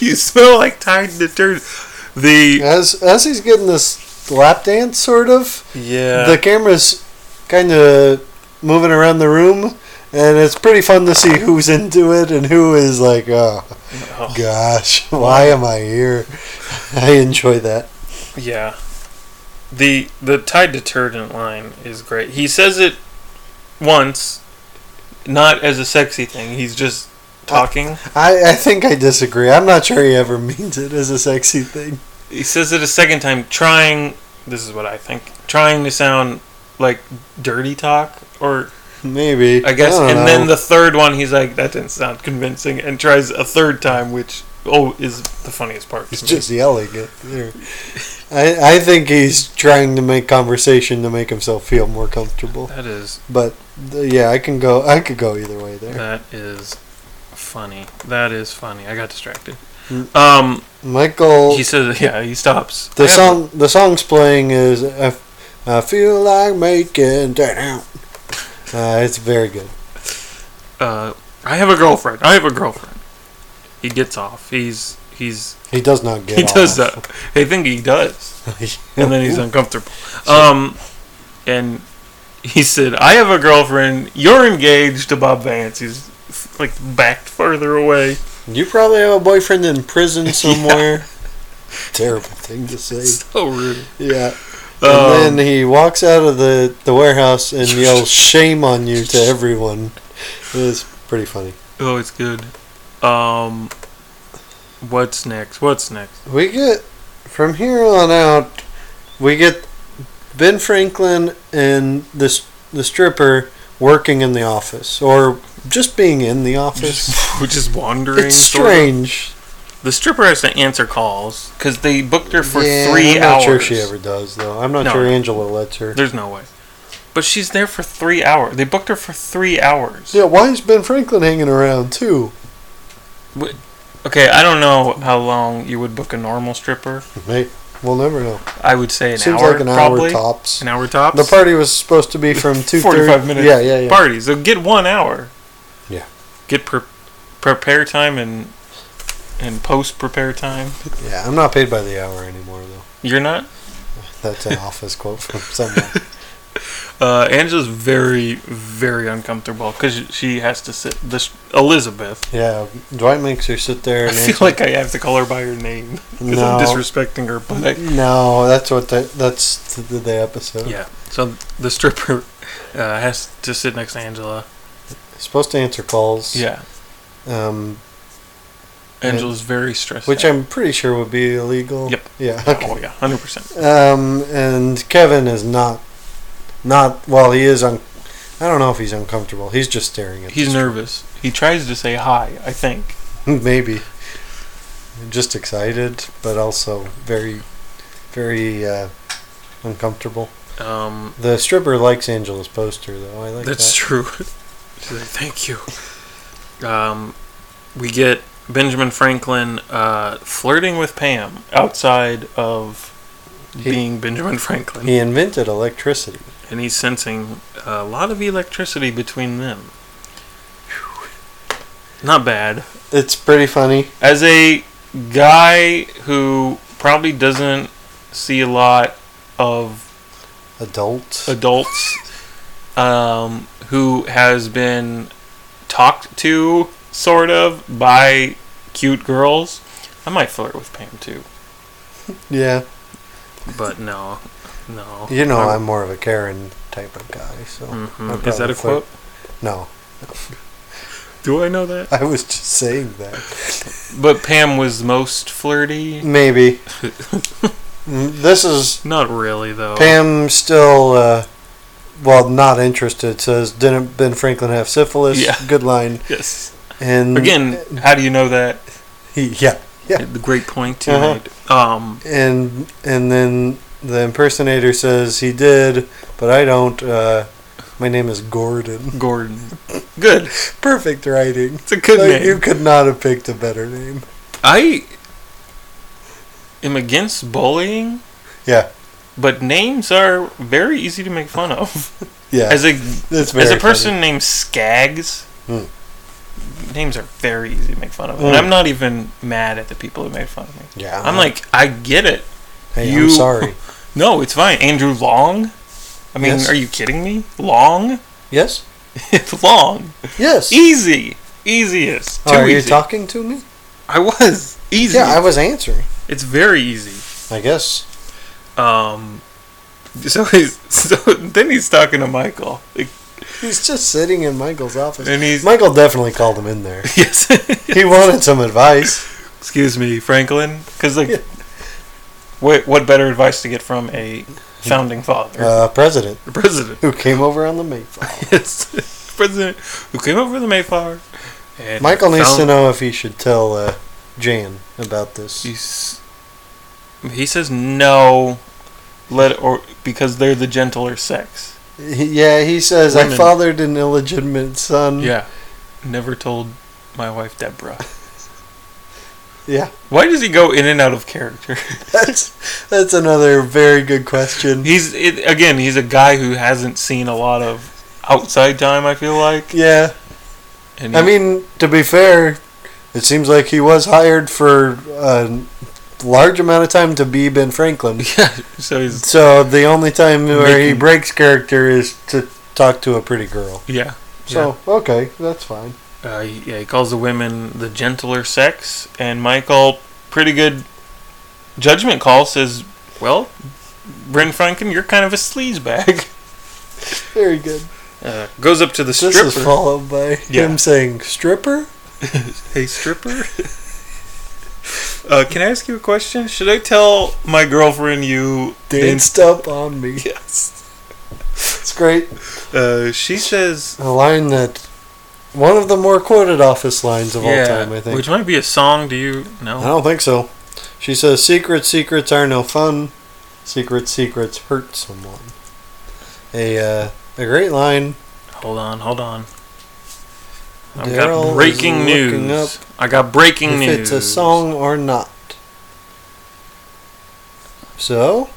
you smell like Tide detergent. The
As as he's getting this lap dance, sort of,
yeah.
the camera's kind of moving around the room, and it's pretty fun to see who's into it and who is like, oh
Oh.
gosh, why am I here? <laughs> I enjoy that.
Yeah. The the Tide detergent line is great. He says it once, not as a sexy thing. He's just talking.
I, I think I disagree. I'm not sure he ever <laughs> means it as a sexy thing.
He says it a second time, trying. This is what I think. Trying to sound like dirty talk, or
Maybe
I guess.
don't
and then
know.
the third one, he's like, "That didn't sound convincing," and tries a third time, which oh is the funniest part. to
<laughs> he's
me.
just yelling it there. I I think he's trying to make conversation to make himself feel more comfortable.
that is
But th- yeah, I can go. I could go either way there.
that is funny. That is funny. I got distracted.
Mm.
Um.
Michael,
He says, yeah, he stops.
the
I have-
song the song's playing is I, F- I feel like making that out. Uh, it's very good.
Uh, I have a girlfriend. I have a girlfriend. He gets off. He's he's
He does not get.
he does
off.
that. I think he does,
that,
and
<laughs>
then he's uncomfortable. Um, and he said, "I have a girlfriend. You're engaged to Bob Vance." He's like backed further away.
You probably have a boyfriend in
<laughs>
prison somewhere. Terrible thing to say.
So rude.
Yeah.
Um,
and then he walks out of the, the warehouse and
<laughs>
yells "Shame on you" to everyone. It's pretty funny.
oh, it's good. Um, what's next? What's next?
We get from here on out. We get Ben Franklin and this the stripper working in the office, or just being in the office.
Just, <laughs> just wandering.
It's
sort of.
strange.
The stripper has to answer calls because they booked her for
Yeah,
three
I'm not
hours.
sure she ever does, though. I'm not
No.
sure Angela lets her.
There's no way. But she's there for three hours. They booked her for three hours.
Yeah, why is Ben Franklin hanging around too?
Okay, I don't know how long you would book a normal stripper.
Mate, we'll never know.
I would say an
Seems
hour,
like an
probably.
hour tops.
An hour tops.
The party was supposed to
<laughs>
be from two
Forty-five minutes.
Yeah, yeah, yeah.
Party. So get one hour.
Yeah.
Get pre- prepare time and and post prepare time.
yeah, I'm not paid by the hour anymore though.
You're not. <laughs>
That's an office quote from someone.
Uh, Angela's very very uncomfortable because she has to sit. This Elizabeth.
Yeah, Dwight makes her sit there
I
and
feel
answer.
like I have to call her by her name because
No.
I'm disrespecting her. But I,
no, that's what the, that's the, the episode.
yeah, so the stripper uh, has to sit next to Angela.
supposed to answer calls.
Yeah,
um,
Angela's very stressed.
which
out.
I'm pretty sure would be illegal.
Yep. <laughs>
Yeah. Okay.
oh yeah, hundred percent.
Um, and Kevin is not, not well. He is un. I don't know if he's uncomfortable. He's just staring at.
He's
the
nervous. He tries to say hi. I think
screen. <laughs> maybe, just excited, but also very, very uh, uncomfortable.
um,
The stripper likes Angela's poster though. I like
that's
that.
true. <laughs> She's like, Thank you. Um, we get Benjamin Franklin uh, flirting with Pam outside of
He-
being Benjamin Franklin,
He invented electricity.
and he's sensing a lot of electricity between them. Phew. Not bad.
It's pretty funny.
As a guy who probably doesn't see a lot of
Adult.
adults um, who has been talked to sort of by cute girls. I might flirt with Pam too,
yeah.
but no, no.
You know,
I'm-
I'm more of a Karen type of guy, so.
Mhm.
I'd
Is that
probably
a quote?
No, <laughs>
Do I know that?
I was just saying that.
But Pam was most flirty. <laughs>
Maybe. Mm, this is
Not really though.
Pam still, uh, well, not interested. Says, didn't Ben Franklin have syphilis?
Yeah.
Good line.
Yes.
And
Again, how do you know that?
he, yeah, Mm. yeah.
The great point you
Uh-huh.
made. Um,
And and then the impersonator says he did, but I don't. Uh, my name is Gordon. <laughs>
Gordon. Good.
Perfect writing.
It's a good
Like,
name.
You could not have picked a better name.
I am against bullying.
Yeah,
but names are very easy to make fun of.
yeah.
As a
it's
as a
very
person
funny.
named Skaggs,
Hmm.
names are very easy to make fun of,
Hmm.
and I'm not even mad at the people who made fun of me.
yeah,
I'm like, I get it.
hey,
you-
I'm sorry.
No, it's fine. Andrew Long. I mean,
Yes.
are you kidding me? Long, <laughs>
yes,
it's long,
yes. Oh,
easy, easiest. Too
Are you
easy.
talking to me?
I was easy.
Yeah, I was answering.
it's very easy.
I guess.
Um, so he's <laughs> so then he's talking to Michael. Like,
He's just sitting in Michael's office.
And he's-
Michael definitely called him in there.
<laughs> yes. <laughs>
He wanted some advice.
excuse me, Franklin, because like,
Yeah.
what what better advice to get from a founding father,
Uh, president
the president, <laughs>
who came over on the Mayflower.
yes, president who came over the Mayflower? And
Michael needs to
found-
know if he should tell uh, Jan about this.
he's- he says no, let or because they're the gentler sex.
He- yeah, he says I
Women.
fathered an illegitimate son.
Yeah, never told my wife Deborah.
<laughs> yeah. Mm-hmm.
Why does he go in and out of character?
<laughs> That's that's another very good question.
He's it, again, he's a guy who hasn't seen a lot of outside time. I feel like.
Yeah,
And
I
he-
mean to be fair, it seems like he was hired for a large amount of time to be Ben
<laughs>
Franklin.
yeah. So he's
So the only time where he
Making-
breaks character is to talk to a pretty girl.
yeah.
So okay, that's fine.
Uh, yeah, he calls the women the gentler sex, and Michael, pretty good judgment call, says, "Well, Bryn Franken, you're kind of a sleazebag."
Very good.
Uh, goes up to the stripper.
This is followed by
Yeah.
him saying stripper.
hey, stripper. uh, can I ask you a question? Should I tell my girlfriend you
Danced up on me.
<laughs> Yes.
It's great.
Uh, she says,
A line that one of the more quoted office lines of all time, I think.
which might be a song. Do you
I
know?
don't think so. She says secret secrets are no fun. Secret secrets hurt someone. A uh, a great line.
Hold on, hold on. I've
Daryl
got
is
breaking
looking
news. I got breaking
if
news.
it's a song or not. So,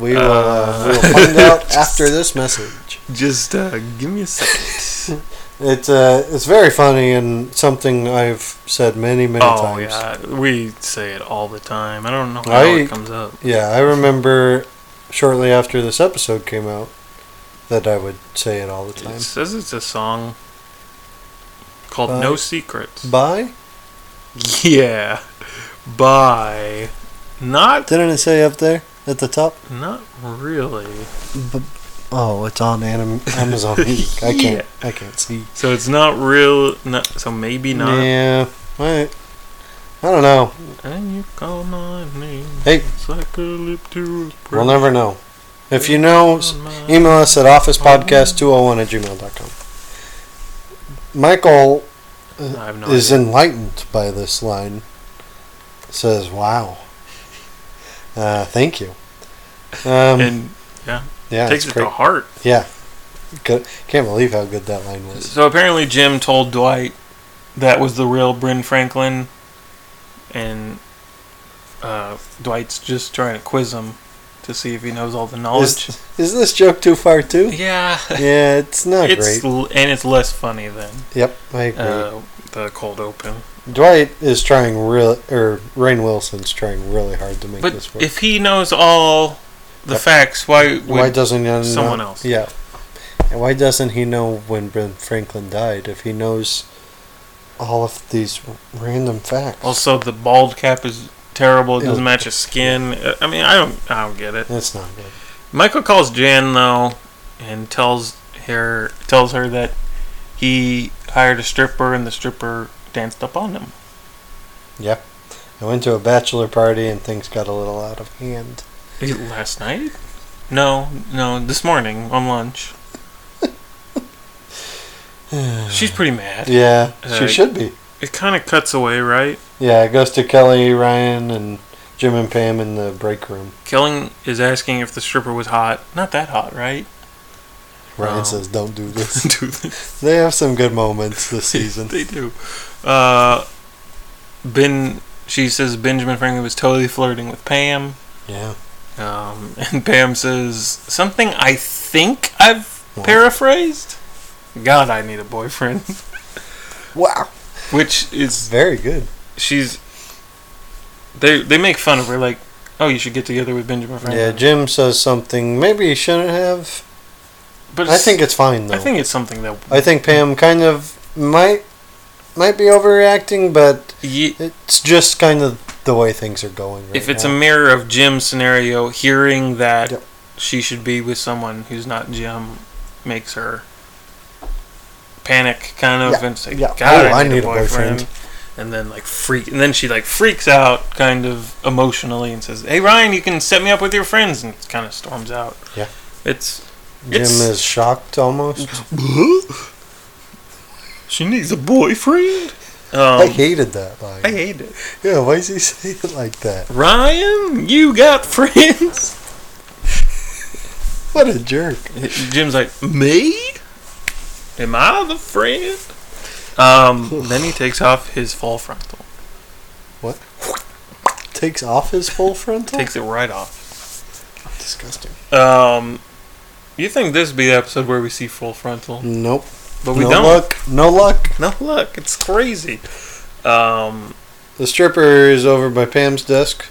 we will, uh, we will
<laughs>
find out after this message.
Just uh, give me a second.
It's uh, it's very funny and something I've said many many
oh
times.
yeah, we say it all the time. I don't know how
I-
it comes up.
Yeah, I remember shortly after this episode came out that I would say it all the time.
It says it's a song called
Bye.
"No Secrets."
Bye?
Yeah, by not
Didn't it say up there at the top?
not really.
Oh, it's on <laughs> anim- Amazon. Music. I can't. I can't see.
So it's not real. Not, so maybe not.
Yeah. I, I don't know.
And you call my name.
Hey.
it's like a lip to a
We'll
prayer
never know. If you know, s-
on my-
email us at officepodcast201 at gmail.com. Michael
I have no
is
idea.
enlightened by this line. Says, wow. Uh, thank you. Um,
and
yeah,
takes
it's
it
great.
to heart.
Yeah. Good. Can't believe how good that line was.
So apparently, Jim told Dwight that was the real Bryn Franklin, and uh, Dwight's just trying to quiz him to to see if he knows all the knowledge.
Is, is this joke too far too?
<laughs> yeah.
Yeah, it's not
It's
great.
l- and it's less funny than
Yep, I agree.
uh, the cold open.
Dwight is trying real, or Rain Wilson's trying really hard to make
But
this work.
if he knows all the
Yep.
facts, why would
why doesn't he know,
someone else?
Yeah, and why doesn't he know when Ben Franklin died if he knows all of these random facts?
also the bald cap is terrible? It
Ew.
doesn't match his skin. Uh, I mean, I don't, I don't get it.
That's not good.
Michael calls Jan though, and tells her tells her that he hired a stripper, and the stripper danced up on him.
Yep. I went to a bachelor party and things got a little out of hand. <sighs>
Is it Last night? No, no, this morning on lunch. She's pretty mad.
Yeah, she
Uh,
should be.
It kind of cuts away, right?
Yeah, it goes to Kelly, Ryan, and Jim and Pam in the break room.
Killing is asking if the stripper was hot. Not that hot, <laughs> right?
Ryan
Oh.
says, "Don't do this."
do they,
they have some good moments this
<laughs>
season.
they do. Uh, ben, she says Benjamin Franklin was totally flirting with Pam.
Yeah.
Um, <laughs> and Pam says something I think I've
What?
paraphrased. God, I need a boyfriend.
Wow.
<laughs> Which is
It's very good.
she's they they make fun of her like oh you should get together with benjamin franklin
Yeah, Jim says something maybe he shouldn't have.
but
I think it's fine though.
i think it's something that
I think Pam kind of might might be overreacting, but
ye-
it's just kind of the way things are going. Right
if it's
now.
a mirror of jim's scenario hearing that
Yep.
she should be with someone who's not jim makes her panic kind of
Yeah,
and say
yeah.
god
Oh,
I, need a boyfriend. and then like freak and then she like freaks out kind of emotionally and says hey ryan you can set me up with your friends and kind of storms out
Yeah.
it's
Jim
it's-
is shocked almost.
She needs a boyfriend. Um,
I hated that line.
I hate it.
<laughs> yeah, why does he <laughs> say it like that?
Ryan, you got <laughs> friends?
What a jerk.
Jim's like, me? Am I the friend? Um, <laughs> then he takes off his full frontal.
Takes off his full frontal.
Takes it right off.
Disgusting.
Um, you think this would be the episode where we see full frontal?
Nope.
But we
no
don't.
luck. No luck.
No luck. It's crazy. Um, <laughs>
The stripper is over by Pam's desk.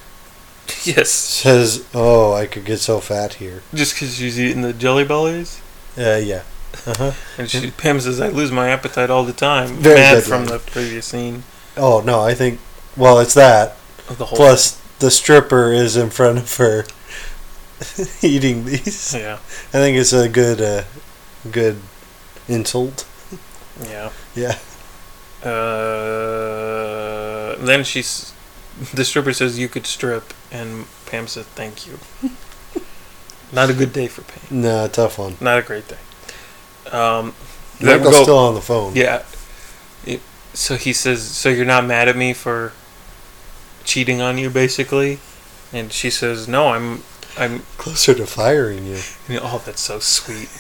yes.
Says, "Oh, I could get so fat here."
Just because she's eating the jelly bellies.
Uh, yeah.
And she, Pam says, "I lose my appetite all the time."
Very
Mad
good
from
line.
the previous scene
Oh no, I think. Well, it's that.
of the whole.
Plus, the stripper is in front of her <laughs> eating these.
yeah,
I think it's a good, uh, good insult.
yeah.
Yeah.
Uh, then she's the stripper says, "You could strip," and Pam says, "Thank
<laughs>
you." Not a good day for Pam.
No, tough one.
Not a great day. Um, then we
Michael's
go-
still on the phone.
yeah. It- so he says, "So you're not mad at me for cheating on you, basically?" And she says, "No, I'm, I'm."
Closer to firing you.
and, oh, that's so sweet.
<laughs>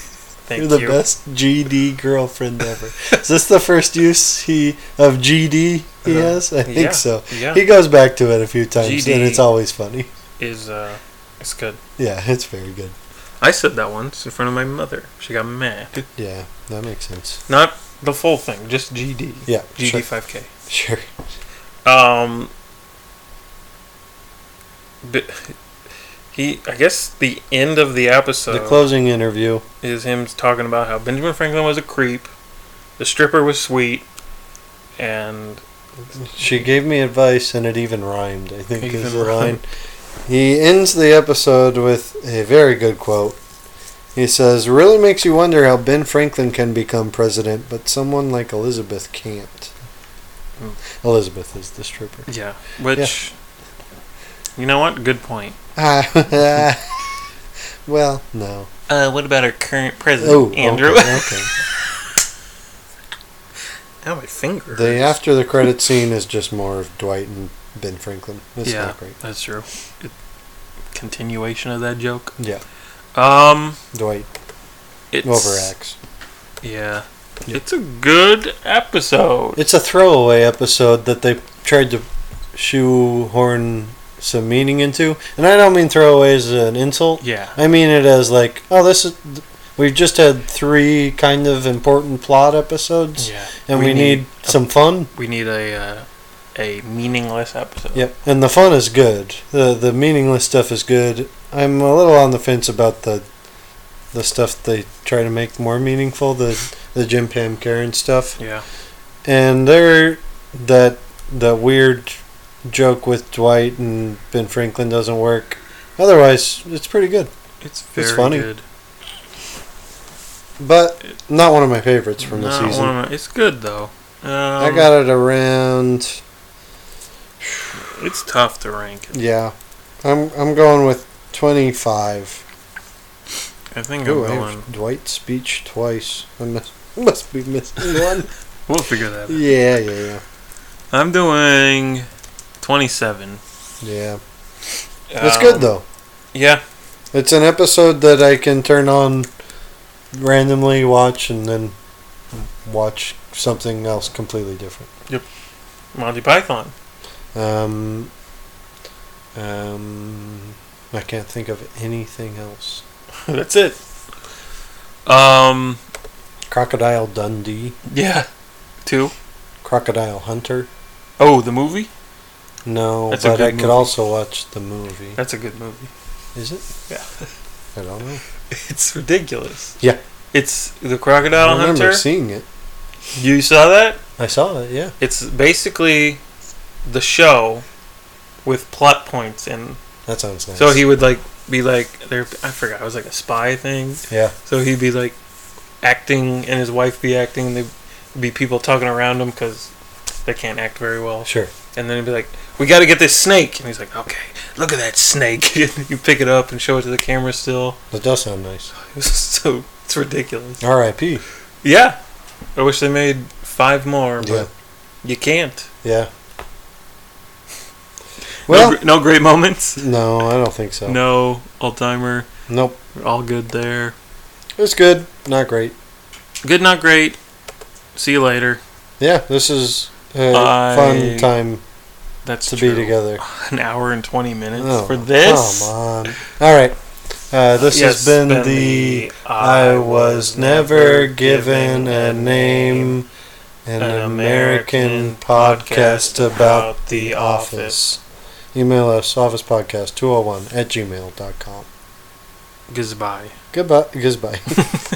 Thank
You're the
you.
best GD girlfriend
<laughs>
ever. is this the first use he of GD he
Uh,
has? I think
yeah,
so.
Yeah.
He goes back to it a few times, and
GD.
it's always funny.
is uh it's good.
Yeah, it's very good.
I said that once in front of my mother. She got mad.
Yeah, that makes sense.
Not the full thing, just GD.
Yeah,
GD five K.
sure.
<laughs>
sure.
Um but he I guess the end of the
The
episode
closing interview.
is him talking about how Benjamin Franklin was a creep, the stripper was sweet, and
She gave me advice, and it even rhymed. I think
Even
is the
<laughs>
line.
rhymed.
He ends the episode with a very good quote. He says, "Really makes you wonder how Ben Franklin can become president, but someone like Elizabeth can't."
Hmm.
Elizabeth is
<laughs>
the stripper.
yeah, which you know what? Good point.
Ah, <laughs> well, no.
Uh, what about our current
Oh,
president,
okay,
Andrew? <laughs>
okay.
Ow, my finger.
The after the credit scene is just more of Dwight and Ben Franklin. It's
yeah,
not great.
that's true. It, continuation of that joke.
Yeah,
Um,
Dwight
it's
overacts.
Yeah,
Yeah.
it's a good episode.
It's a throwaway episode that they tried to shoehorn some meaning into. And I don't mean throwaway as an insult.
Yeah.
I mean it as like, oh, this is. We've just had three kind of important plot episodes,
Yeah.
and we, need, some fun.
We need a uh, a meaningless episode.
Yep, and the fun is good. the The meaningless stuff is good. I'm a little on the fence about the the stuff they try to make more meaningful. The the Jim Pam Karen stuff,
Yeah.
and there that that weird joke with Dwight and Ben Franklin doesn't work. Otherwise, it's pretty good,
It's very
funny.
good.
but not one of my favorites from the
Not
season.
one of my- it's good though. Um,
I got it uh, around.
It's tough to rank. it.
Yeah, I'm I'm going with twenty five.
I think
Ooh,
I'm
I
going.
have Dwight's speech twice. I must, <laughs> must be missing one.
We'll figure that. out.
yeah, yeah, yeah.
I'm doing 27.
Yeah. It's
Um,
good, though.
Yeah.
It's an episode that I can turn on randomly, watch, and then watch something else completely different.
Monty Python. <laughs>
Um, um, I can't think of anything else.
That's it. Um.
Crocodile Dundee,
Yeah. Two.
Crocodile Hunter.
Oh, the movie.
No,
That's a
but
good
I could
movie.
also watch the movie.
That's a good movie.
Is it?
Yeah.
I don't know.
<laughs> It's ridiculous.
Yeah.
It's the
I
Crocodile
don't remember
Hunter.
seeing it.
You saw that?
I saw it, yeah.
It's basically the show with plot points and
That sounds nice.
so he would like be like there I forgot it was like a spy thing.
yeah,
So he'd be like acting and his wife be acting there'd be people talking around him cuz they can't act very well.
sure.
And then he'd be like, "We got to get this snake." And he's like, "Okay. Look at that snake." <laughs> you pick it up and show it to the camera still.
That does sound nice.
<laughs> It was so it's ridiculous.
R.I.P.
Yeah. I wish they made five more, but
Yeah.
you can't.
Yeah.
no,
Well,
gr- no great moments.
<laughs> no, I don't think so.
No all timer.
Nope.
We're all good there.
It's good. Not great.
Good, not great. See you later.
Yeah, this is a
I-
fun time
That's
to
true.
be together.
<laughs> An hour and twenty minutes
Oh,
for this.
Come on. All right. Uh, this
Yes,
has been,
been
the,
the
I Was Never Given a Name, an
an
American
American
podcast
podcast
about
about
the
The
office. Email us officepodcast201 at gmail.com.
Goodbye. <laughs>
Goodbye. Goodbye.